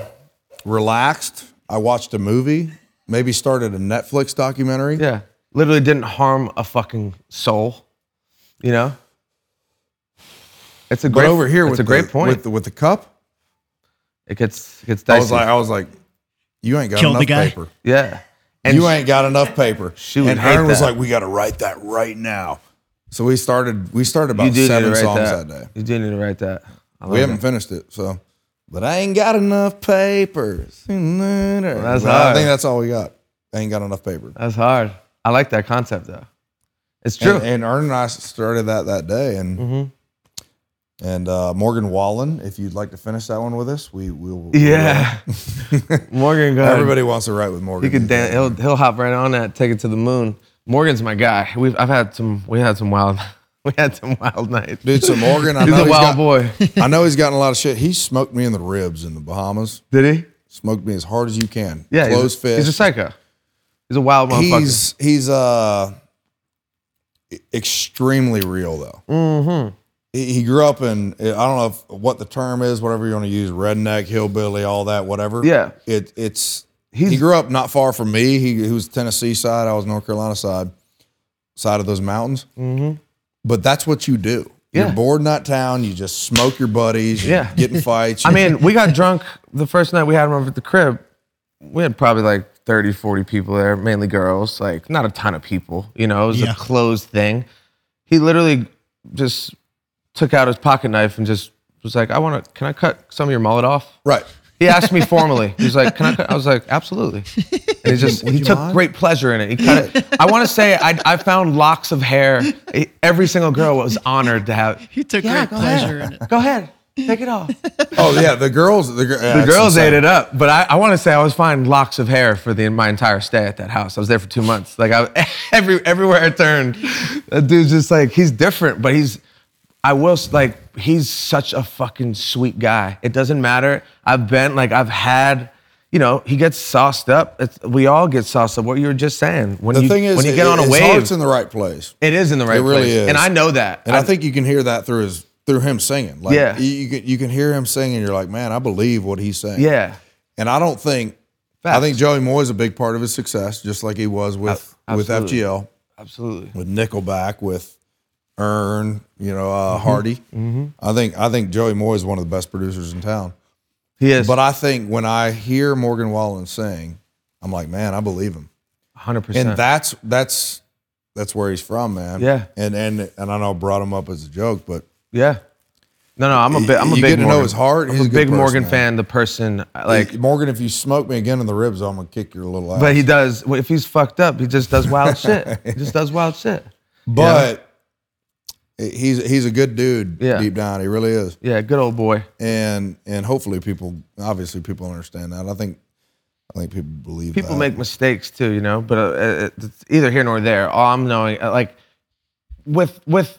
D: relaxed. I watched a movie, maybe started a Netflix documentary.
C: yeah. Literally didn't harm a fucking soul. You know? It's a
D: But
C: great
D: over here
C: it's
D: with
C: a great
D: the,
C: point.
D: with the, with the cup,
C: it gets it gets
D: I
C: dicey.
D: was like, I was like, you ain't got
B: Kill the
D: enough
B: guy.
D: paper.
C: yeah. And
D: you ain't got enough paper.
C: She would
D: and
C: hate
D: Aaron was
C: that.
D: like, we got to write that right now. So we started. We started
C: you
D: about
C: do need
D: seven
C: to write
D: songs
C: that.
D: that day.
C: You do need to write that. I
D: We
C: love
D: haven't finished it, so. But I ain't got enough papers.
C: that's
D: that's I
C: hard.
D: think that's all we got. I ain't got enough paper.
C: that. That's hard. I like that concept though. It's true.
D: And, and Ern and I started that that day, and
C: Mm-hmm.
D: and uh, Morgan Wallen. If you'd like to finish that one with us, we will.
C: yeah. Morgan go ahead.
D: Everybody wants to write with Morgan.
C: He could dan- he'll he'll hop right on that, take it to the moon. Morgan's my guy. We've I've had some we had some wild we had some wild nights.
D: Dude, so Morgan, I
C: He's
D: know
C: a
D: he's
C: wild
D: got-
C: boy.
D: I know he's gotten a lot of shit. He smoked me in the ribs in the Bahamas.
C: Did he?
D: Smoked me as hard as you can.
C: Yeah.
D: close
C: he's, a, he's a
D: fist.
C: psycho. He's a wild motherfucker.
D: he's he's uh e- extremely real though. Mm-hmm. He, he grew up in I don't know if, what the term is, whatever you want to use, redneck, hillbilly, all that, whatever.
C: Yeah.
D: it it's he
C: He's-
D: grew up not far from me. He, he was Tennessee side, I was North Carolina side, side of those mountains. Mm-hmm. But that's what you do.
C: Yeah.
D: You're bored in that town. You just smoke your buddies. You
C: Yeah.
D: get in fights.
C: I
D: you-
C: mean, we got drunk the first night we had him over at the crib. We had probably like 30, 40 people there, mainly girls, like not a ton of people. You know, it was
B: Yeah.
C: a closed thing. He literally just took out his pocket knife and just was like, I want to, can I cut some of your mullet off?
D: right.
C: He asked me formally. He was like, "Can I?" Cut? I was like, "Absolutely." And he just he
D: you
C: took
D: mind?
C: great pleasure in it. He cut it. I want to say I, I found locks of hair. Every single girl was honored to have.
B: He took
C: Yeah,
B: great
C: go
B: pleasure
C: ahead.
B: in it.
C: Go ahead, take it off.
D: Oh yeah, the girls. The, gir- yeah,
C: The
D: it's
C: girls
D: insane.
C: ate it up, but I, I want to say I was finding locks of hair for the my entire stay at that house. I was there for two months. Like I every everywhere I turned, that dude's just like he's different, but he's I will s- like he's such a fucking sweet guy. It doesn't matter. I've been like I've had you know, he gets sauced up. It's, we all get sauced up. What you were just saying. When
D: The
C: you,
D: thing is,
C: when you get
D: it-
C: on a
D: his
C: wave,
D: heart's in the right place.
C: it is in the right
D: It really
C: place.
D: is.
C: And I know that.
D: And I,
C: I-
D: think you can hear that through his through him singing. Like
C: Yeah.
D: you, you can you can hear him singing. You're like, man, I believe what he's saying.
C: Yeah.
D: And I don't think I
C: Facts.
D: think Joey Moy is a big part of his success, just like he was with
C: Ab-
D: with
C: absolutely.
D: FGL,
C: Absolutely.
D: with Nickelback, with Earn, you know, uh,
C: Mm-hmm.
D: Hardy. I think I think Joey Moy is one of the best producers in town.
C: He is.
D: But I think when I hear Morgan Wallen sing, I'm like, man, I believe him.
C: 100%.
D: and that's that's that's where he's from, man.
C: Yeah.
D: And and and I know I brought him up as a joke, but
C: yeah. No, no, I'm a big, I'm a big
D: You get to know
C: Morgan.
D: his heart.
C: I'm
D: He's
C: a
D: a good
C: big
D: person,
C: Morgan
D: man.
C: fan. The person, uh, like,
D: Morgan, if you smoke me again in the ribs, I'm gonna kick your little ass.
C: but he does. well, If he's fucked up, he just does wild shit. He just does wild shit.
D: but he's he's a good dude
C: Yeah.
D: deep down. He really is.
C: Yeah, good old boy.
D: And and hopefully people obviously people understand that. I think I think people believe
C: People
D: that.
C: make mistakes too, you know. But uh, uh, it's either here nor there. All I'm knowing, uh, like, with with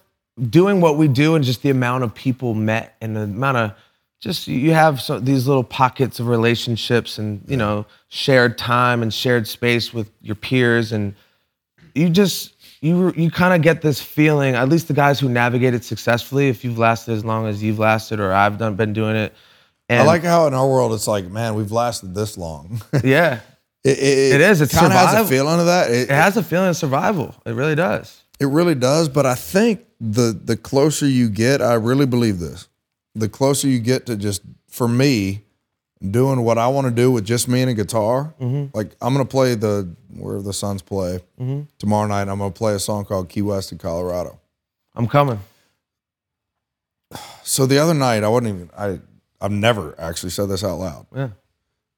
C: doing what we do and just the amount of people met and the amount of just you have so, these little pockets of relationships and you know shared time and shared space with your peers and you just you you kind of get this feeling at least the guys who navigated successfully if you've lasted as long as you've lasted or I've done been doing it and
D: I like how in our world it's like, man, we've lasted this long. it,
C: yeah
D: it,
C: It is, it's
D: kind of has
C: survival.
D: a feeling of that.
C: it has a feeling of survival it really does
D: It really does, but I think the the closer you get, I really believe this. The closer you get to just for me doing what I want to do with just me and a guitar, like I'm gonna play the where the Suns play tomorrow night. and I'm gonna play a song called Key West in Colorado.
C: I'm coming
D: So the other night, I wasn't even I I've never actually said this out loud,
C: yeah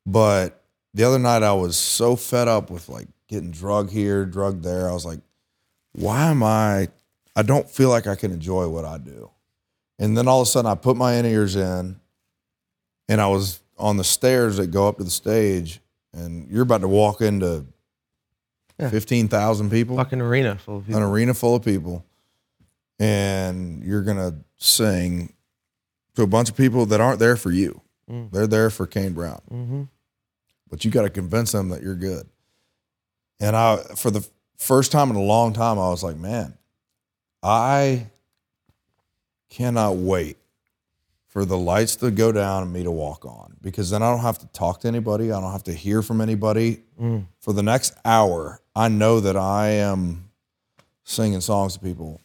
D: but the other night I was so fed up with like getting drug here, drug there. I was like, why am I? I don't feel like I can enjoy what I do. And then all of a sudden, I put my in ears in, and I was on the stairs that go up to the stage, and you're about to walk into
C: Yeah.
D: fifteen thousand people,
C: fucking arena full of
D: an
C: people
D: arena full of people, and you're gonna sing to a bunch of people that aren't there for you.
C: Mm.
D: They're there for Kane Brown
C: hmm
D: but you got to convince them that you're good. And I, for the first time in a long time, I was like, man, I cannot wait for the lights to go down and me to walk on because then I don't have to talk to anybody. I don't have to hear from anybody.
C: Mm.
D: For the next hour, I know that I am singing songs to people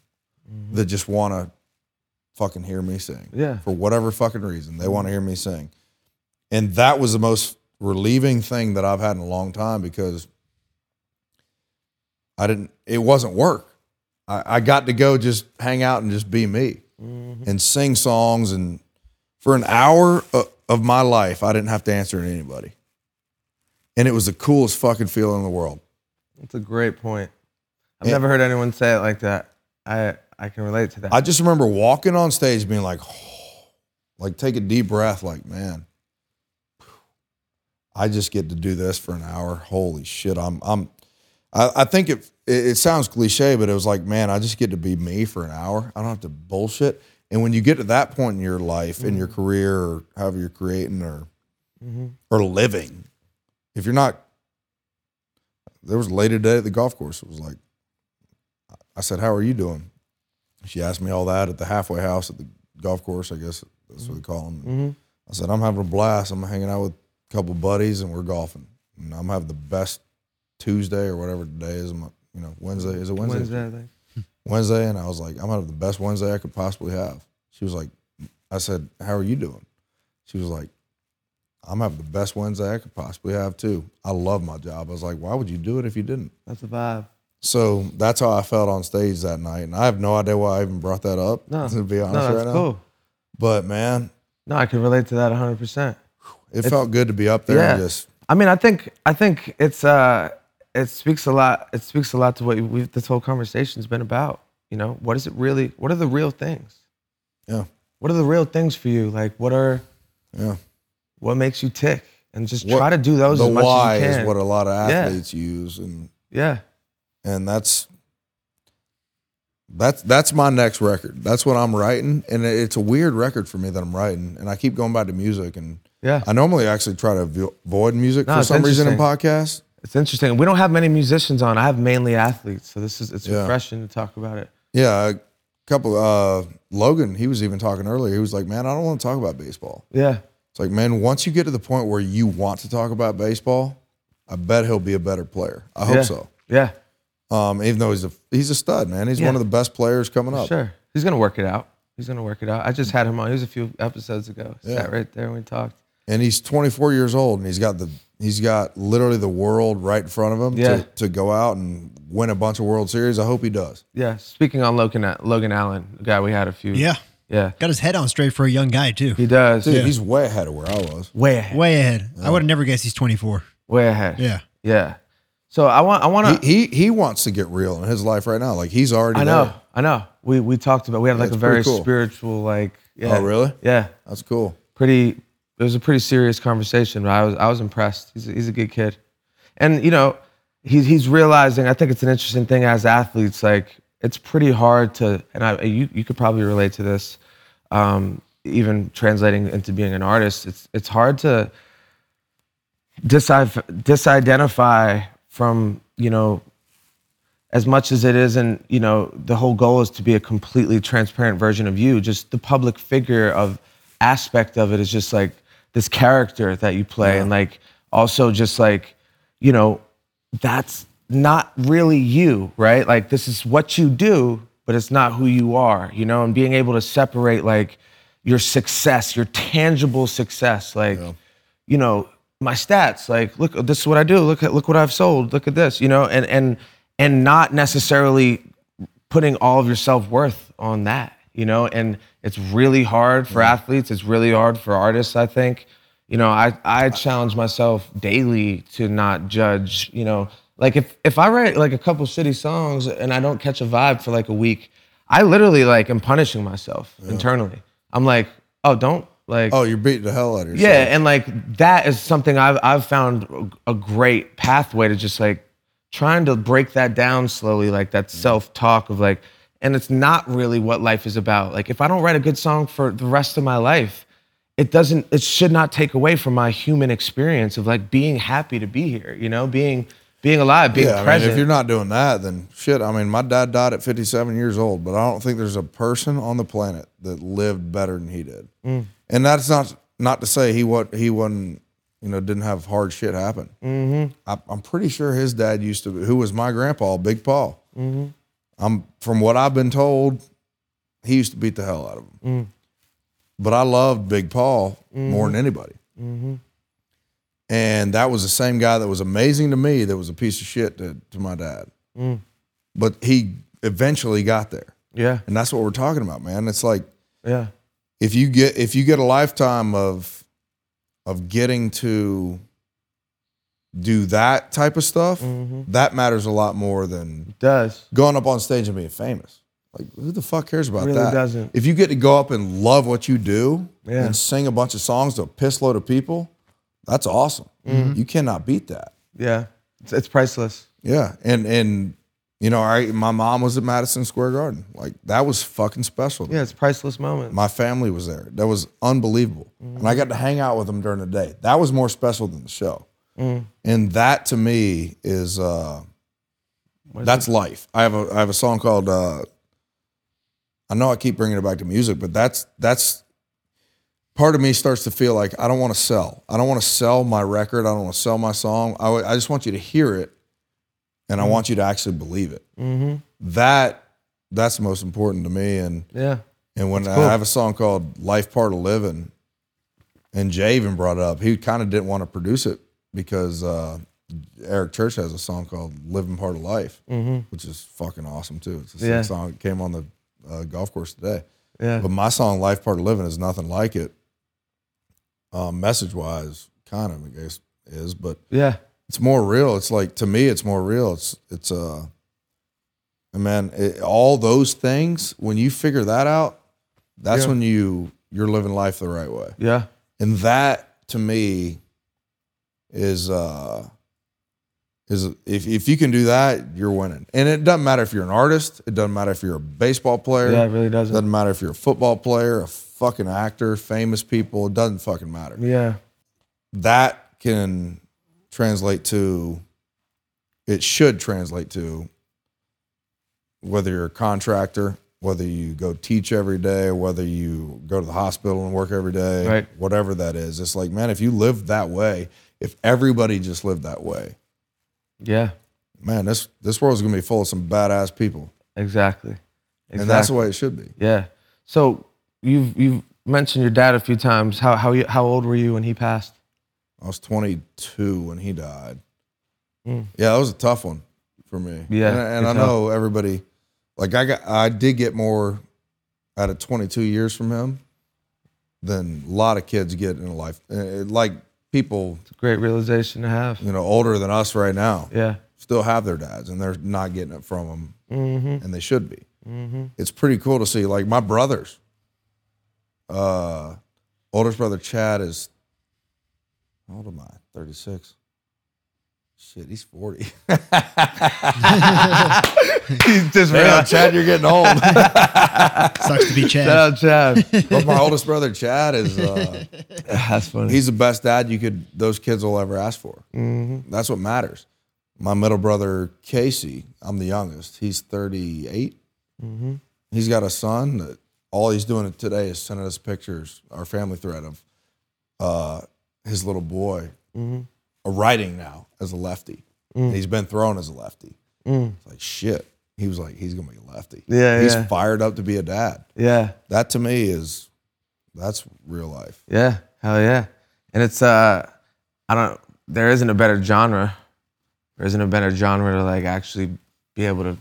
D: that just want to fucking hear me sing
C: yeah
D: for whatever fucking reason. They want to hear me sing. And that was the most relieving thing that I've had in a long time because I didn't, it wasn't work. I, I got to go just hang out and just be me and sing songs. And for an hour of, of my life, I didn't have to answer to anybody. And it was the coolest fucking feeling in the world.
C: That's a great point. I've
D: And-
C: never heard anyone say it like that. I I can relate to that.
D: I just remember walking on stage being like, "Oh," like take a deep breath, like, man, I just get to do this for an hour. Holy shit. I'm I'm I, I think it, it it sounds cliche, but it was like, man, I just get to be me for an hour. I don't have to bullshit. And when you get to that point in your life, in your career, or however you're creating or
C: Mm-hmm.
D: or living, if you're not there was a lady today at the golf course. It was like I said, How are you doing? She asked me all that at the halfway house at the golf course, I guess that's what they call them.
C: Mm-hmm.
D: I said, I'm having a blast. I'm hanging out with a couple buddies and we're golfing. And I'm having the best Tuesday or whatever today is. I'm, you know, Wednesday. Is it Wednesday?
C: Wednesday, I think.
D: Wednesday, and I was like, I'm gonna have the best Wednesday I could possibly have. She was like, I said, How are you doing? She was like, I'm having the best Wednesday I could possibly have too. I love my job. I was like, Why would you do it if you didn't?
C: That's a vibe.
D: So that's how I felt on stage that night, and I have no idea why I even brought that up.
C: No,
D: to be honest,
C: no, that's
D: right now.
C: cool.
D: But man,
C: No, I can relate to that 100. percent
D: it felt good to be up there.
C: Yeah.
D: and just
C: I mean, I think I think it's uh it speaks a lot. It speaks a lot to what we've, this whole conversation's been about. You know, what is it really? What are the real things?
D: yeah,
C: What are the real things for you? Like, what are
D: yeah.
C: what makes you tick? And just
D: What-
C: try to do those
D: the
C: as much
D: why
C: as you can.
D: is what a lot of
C: Yeah.
D: athletes use, and
C: yeah,
D: and that's that's that's my next record. That's what I'm writing, and it- it's a weird record for me that I'm writing, and I keep going back to music, and
C: Yeah.
D: I normally actually try to avo- avoid music
C: No,
D: for
C: it's
D: some reason in
C: interesting.
D: podcasts.
C: It's interesting. We don't have many musicians on. I have mainly athletes, so this is it's
D: Yeah.
C: refreshing to talk about it.
D: Yeah, a couple. Uh, Logan, he was even talking earlier. He was like, "Man, I don't want to talk about baseball."
C: Yeah.
D: It's like, man, once you get to the point where you want to talk about baseball, I bet he'll be a better player. I hope
C: yeah.
D: so.
C: Yeah.
D: Um, even though he's a he's a stud, man. He's
C: Yeah.
D: one of the best players coming up.
C: Sure. He's gonna work it out. He's gonna work it out. I just had him on. He was a few episodes ago. Sat right there and we talked.
D: And he's 24 years old, and he's got the he's got literally the world right in front of him
C: Yeah.
D: to, to go out and win a bunch of World Series. I hope he does.
C: Yeah. Speaking on Logan Logan Allen, the guy we had a few.
B: Yeah.
C: Yeah.
B: Got his head on straight for a young guy, too.
C: He does.
D: Dude, he's way ahead of where I was.
C: Way ahead.
B: Way ahead. I would have never guessed he's 24.
C: Way ahead.
B: Yeah.
C: Yeah. So I want I want to.
D: He, he he wants to get real in his life right now. Like he's already.
C: I know.
D: There.
C: I know. We we talked about. We had like a
D: it's
C: very
D: pretty cool.
C: spiritual like. Yeah,
D: Oh, really?
C: Yeah.
D: That's cool.
C: Pretty. It was a pretty serious conversation. But I was I was impressed. He's a, he's a good kid, and you know, he's he's realizing. I think it's an interesting thing as athletes. Like it's pretty hard to, and I you you could probably relate to this. Um, even translating into being an artist, it's it's hard to disid- disidentify from you know as much as it is and you know the whole goal is to be a completely transparent version of you just the public figure of aspect of it is just like this character that you play and like also just like you know that's not really you right like this is what you do but it's not who you are you know and being able to separate like your success your tangible success like you know my stats like look this is what i do look at look what i've sold look at this you know and and and not necessarily putting all of your self-worth on that you know and it's really hard for athletes it's really hard for artists i think you know i i challenge myself daily to not judge you know like if if i write like a couple shitty songs and i don't catch a vibe for like a week i literally like am punishing myself internally i'm like oh don't like
D: Oh, you're beating the hell out of yourself.
C: yeah, and like that is something I've I've found a a great pathway to just like trying to break that down slowly, like that
D: Mm-hmm.
C: self talk of like, and it's not really what life is about. Like if I don't write a good song for the rest of my life, it doesn't it should not take away from my human experience of like being happy to be here, you know, being being alive, being
D: Yeah, I mean,
C: present.
D: if you're not doing that, then shit. I mean, my dad died at 57 years old, but I don't think there's a person on the planet that lived better than he did. And that's not not to say he what he wasn't, you know, didn't have hard shit happen. Mm-hmm. I, I'm pretty sure his dad used to, who was my grandpa, Big Paul. Mm-hmm. I'm from what I've been told, he used to beat the hell out of him. But I loved Big Paul more than anybody.
C: Mm-hmm.
D: And that was the same guy that was amazing to me that was a piece of shit to, to my dad. But he eventually got there.
C: yeah,
D: And that's what we're talking about, man. It's like
C: yeah,
D: if you get if you get a lifetime of of getting to do that type of stuff,
C: Mm.
D: that matters a lot more than
C: Mm-hmm. it does.
D: going up on stage and being famous. Like who the fuck cares about
C: Really
D: that?
C: doesn't.
D: If you get to go up and love what you do
C: Yeah.
D: and sing a bunch of songs to a piss load of people, that's awesome.
C: Mm-hmm.
D: You cannot beat that.
C: Yeah, it's, it's priceless.
D: Yeah, and and you know, I my mom was at Madison Square Garden. Like that was fucking special.
C: Yeah, it's priceless moment.
D: My family was there. That was unbelievable. And I got to hang out with them during the day. That was more special than the show. And that to me is uh that's life. I have a I have a song called uh I know I keep bringing it back to music, but that's that's part of me starts to feel like I don't want to sell. I don't want to sell my record. I don't want to sell my song. I wa- I just want you to hear it and I want you to actually believe it.
C: Mm-hmm.
D: That that's most important to me and
C: Yeah,
D: and when
C: cool.
D: I have a song called Life Part of Living, and Jay even brought it up, he kind of didn't want to produce it because uh, Eric Church has a song called Living Part of Life,
C: Mm-hmm.
D: which is fucking awesome too. It's a sick
C: Yeah.
D: song that came on the uh, golf course today.
C: yeah,
D: But my song Life Part of Living is nothing like it. Um, message wise, kind of, I guess, is, but
C: yeah.
D: it's more real. It's like to me, it's more real. It's it's uh, and man, it, all those things when you figure that out, that's
C: Yeah.
D: when you you're living life the right way.
C: Yeah,
D: And that to me is uh is if if you can do that, you're winning. And it doesn't matter if you're an artist. It doesn't matter if you're a baseball player.
C: yeah, it really doesn't.
D: doesn't matter if you're a football player, a fucking actor, famous people. It doesn't fucking matter
C: Yeah,
D: that can translate to it should translate to whether you're a contractor whether you go teach every day whether you go to the hospital and work every day
C: Right.
D: whatever that is it's like man if you live that way if everybody just lived that way
C: Yeah,
D: man this this world's gonna be full of some badass people
C: exactly.
D: and that's the way it should be
C: Yeah. So you've you've mentioned your dad a few times. How how you, how old were you when he passed?
D: i was 22 when he died yeah that was a tough one for me
C: Hmm. Yeah,
D: and, and
C: it's
D: i
C: tough.
D: know everybody like i got i did get more out of 22 years from him than a lot of kids get in life Uh, like people
C: It's a great realization to have.
D: you know older than us right now
C: Yeah.
D: still have their dads and they're not getting it from them
C: Mm-hmm, Hmm.
D: and they should be it's pretty cool to see like my brothers uh oldest brother chad is how old am i 36 shit he's 40
C: He's just
D: Damn, chad you're getting old
B: Sucks to be
C: Shout
B: Chad.
C: out Chad.
D: but my oldest brother chad is uh
C: That's funny.
D: he's the best dad you could those kids will ever ask for
C: Mm-hmm.
D: that's what matters my middle brother casey i'm the youngest he's 38
C: Mm-hmm.
D: he's got a son that all he's doing today is sending us pictures our family thread of uh, his little boy
C: Mm-hmm.
D: a writing now as a lefty
C: Mm.
D: he's been thrown as a lefty it's like shit he was like he's gonna be a lefty
C: Yeah,
D: he's
C: yeah.
D: fired up to be a dad
C: yeah.
D: that to me is that's real life
C: Yeah. Hell yeah. And it's uh, I don't. There isn't a better genre. There isn't a better genre to like actually be able to
D: about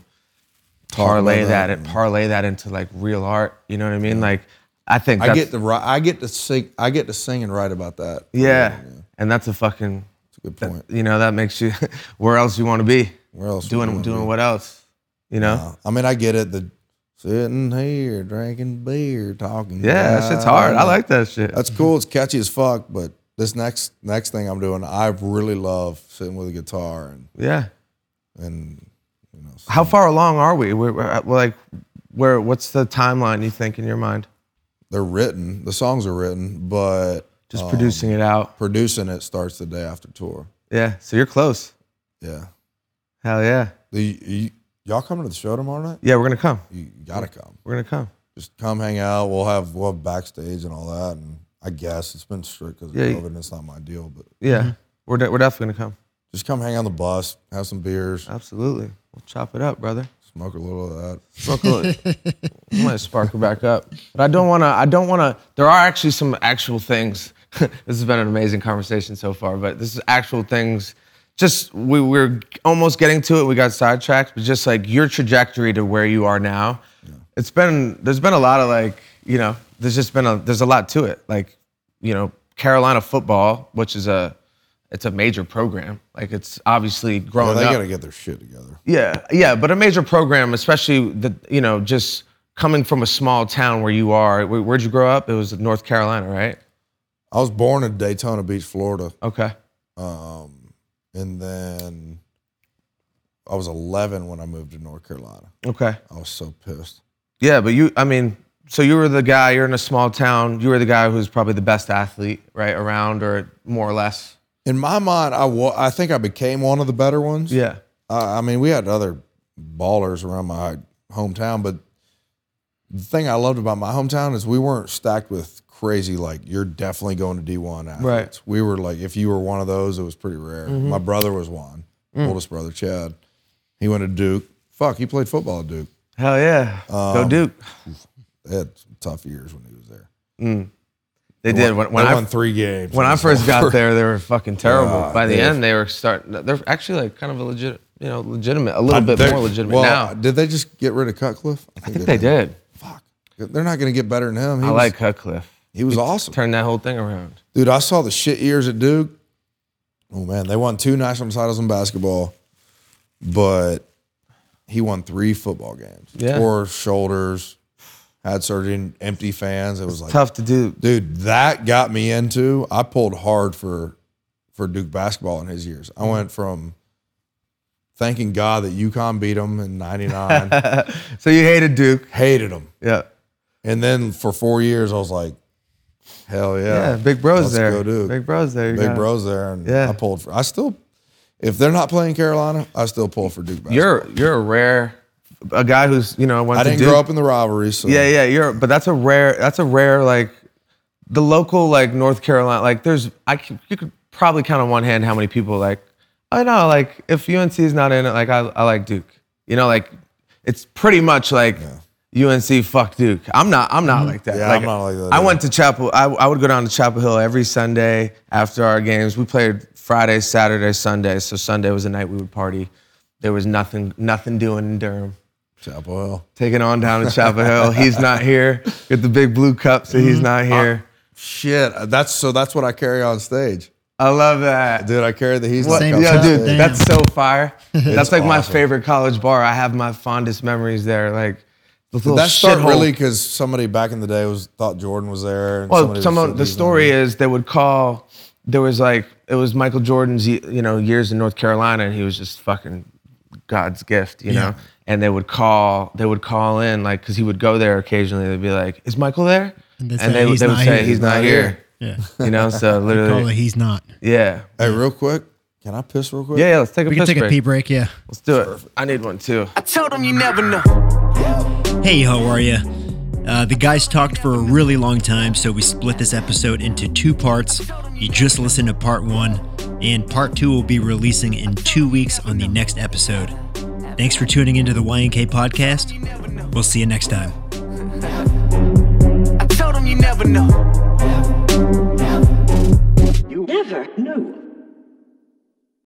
C: parlay
D: that
C: that, and parlay that into like real art. You know what I mean? Like I think
D: I
C: that's,
D: get to ri- I get to sing. I get to sing and write about that.
C: yeah, and that's a fucking
D: good point.
C: you know that makes you where else you want to be
D: Where else? would you
C: doing
D: wanna
C: doing what else you know
D: be? Uh, I mean, I get it. The sitting here drinking beer, talking.
C: yeah that shit's hard i
D: about-
C: like that shit
D: That's cool. It's catchy as fuck. But this next next thing I'm doing, I really love sitting with a guitar and
C: yeah
D: and you know.
C: how far along are we we're, we're at- we're like where what's the timeline you think in your mind
D: They're written. The songs are written, but
C: just producing it out
D: producing it starts the day after tour.
C: yeah so you're close
D: Yeah.
C: hell yeah
D: The, you, y'all coming to the show tomorrow night?
C: yeah we're gonna come
D: You gotta come.
C: we're gonna come
D: just come hang out. We'll have we'll have backstage and all that. And I guess it's been strict because of
C: Yeah, you-
D: COVID. and It's not my deal, but
C: yeah we're, de- we're definitely gonna come
D: just come hang on the bus, have some beers,
C: absolutely we'll chop it up brother
D: smoke a little of that.
C: Sparkle it. I might sparkle back up. But I don't wanna I don't wanna there are actually some actual things. this has been an amazing conversation so far, but this is actual things just we we're almost getting to it. We got sidetracked, but just like your trajectory to where you are now. It's been there's been a lot of like, you know, there's just been a there's a lot to it. Like, you know, Carolina football, which is a it's a major program. Like it's obviously
D: Yeah,
C: growing
D: they
C: up.
D: got to get their shit together.
C: Yeah, yeah, but a major program, especially the you know just coming from a small town where you are. Where, where'd you grow up? It was North Carolina, right?
D: I was born in Daytona Beach, Florida,
C: Okay.
D: and then I was 11 when I moved to North Carolina.
C: Okay.
D: I was so pissed.
C: Yeah, but you, I mean, so you were the guy. You're in a small town. You were the guy who's probably the best athlete, right, around or more or less.
D: In my mind, I wa- I think I became one of the better ones.
C: Yeah.
D: I, I mean, we had other ballers around my hometown, but the thing I loved about my hometown is we weren't stacked with crazy like you're definitely going to D1 athletes.
C: Right.
D: We were like, if you were one of those, it was pretty rare. My brother was one, oldest brother Chad. He went to Duke. Fuck, he played football at Duke.
C: Hell yeah.
D: Um,
C: Go Duke.
D: They had some tough years when he was there.
C: They did when, when
D: they
C: I
D: won three games.
C: when I
D: It's
C: first got
D: over.
C: there. They were fucking terrible.
D: God,
C: By the
D: they-
C: end, they were starting. They're actually like kind of a legit, you know, legitimate, a little bit
D: They're-
C: more legitimate
D: well,
C: now.
D: Did they just get rid of Cutcliffe?
C: I think they did.
D: Fuck. They're not going to get better than him. He
C: I
D: was,
C: like Cutcliffe.
D: He was awesome.
C: turn that whole thing around.
D: Dude, I saw the shit years at Duke. Oh man, they won two national titles in basketball, but he won three football games.
C: Yeah.
D: Tore shoulders, had surgery, empty fans. It was like,
C: Tough to do.
D: dude, that got me into. I pulled hard for for Duke basketball in his years. I went from thanking God that UConn beat him in '99,
C: So you hated Duke.
D: hated him,
C: Yeah.
D: and then for four years I was like, Hell
C: Yeah,
D: yeah.
C: Big Bro's
D: Let's
C: there.
D: Go Duke.
C: Big Bro's there. You
D: Big
C: gotta-
D: Bro's there. And
C: Yeah.
D: I pulled for, I still, if they're not playing Carolina, I still pull for Duke basketball.
C: You're you're a rare a guy who's you know went
D: I
C: to
D: didn't
C: Duke.
D: grow up in the rivalry, so
C: Yeah, yeah, you're. But that's a rare. That's a rare. Like the local, like North Carolina. Like there's, I c- you could probably count on one hand how many people like. I know, like if UNC is not in it, like I, I like Duke. You know, like it's pretty much like UNC fuck Duke. I'm not. I'm not like that.
D: Mm-hmm. Yeah,
C: like,
D: I'm not like that
C: I
D: either.
C: went to Chapel. I, I would go down to Chapel Hill every Sunday after our games. We played Friday, Saturday, Sunday. So Sunday was the night we would party. There was nothing, nothing doing in Durham
D: Chapel Hill.
C: taken on down to Chapel Hill. He's not here. Get the big blue cup, so he's
D: Mm-hmm.
C: not here.
D: Shit, uh, that's so. That's what I carry on stage,
C: I love that.
D: dude. I carry the he's
C: What-
D: not
B: Same
C: Yo,
D: coming.
B: cup.
C: dude,
B: Damn.
C: that's so fire. that's like my
D: awesome.
C: favorite college bar. I have my fondest memories there. Like the little
D: That start
C: shithole.
D: really because somebody back in the day was thought Jordan was there. and
C: Well,
D: somebody was
C: someone,
D: saying
C: the
D: he's not
C: story
D: there.
C: is they would call. There was like it was Michael Jordan's you know years in North Carolina, and he was just fucking God's gift, you know. And they would call. They would call in like because he would go there occasionally. They'd be like, "Is Michael there?"
B: And
C: And,
B: they'd say,
C: they,
B: "He's
C: they would
B: not
C: say,
B: here."
C: "He's not
D: Not
C: here."
B: Yeah.
C: You know, so
B: Call it,
C: literally,
B: he's not.
C: yeah,
D: Hey, real quick, can I piss real quick?
C: yeah, yeah. Let's take a
B: We can
C: piss
B: take a
C: break.
B: pee break, yeah.
C: Let's do it. I need one too.
A: I told him you never know.
B: Hey, how are you? Uh, the guys talked for a really long time, so we split this episode into two parts. You just listened to part one, and part two will be releasing in two weeks on the next episode. Thanks for tuning into the YNK podcast. We'll see you next time.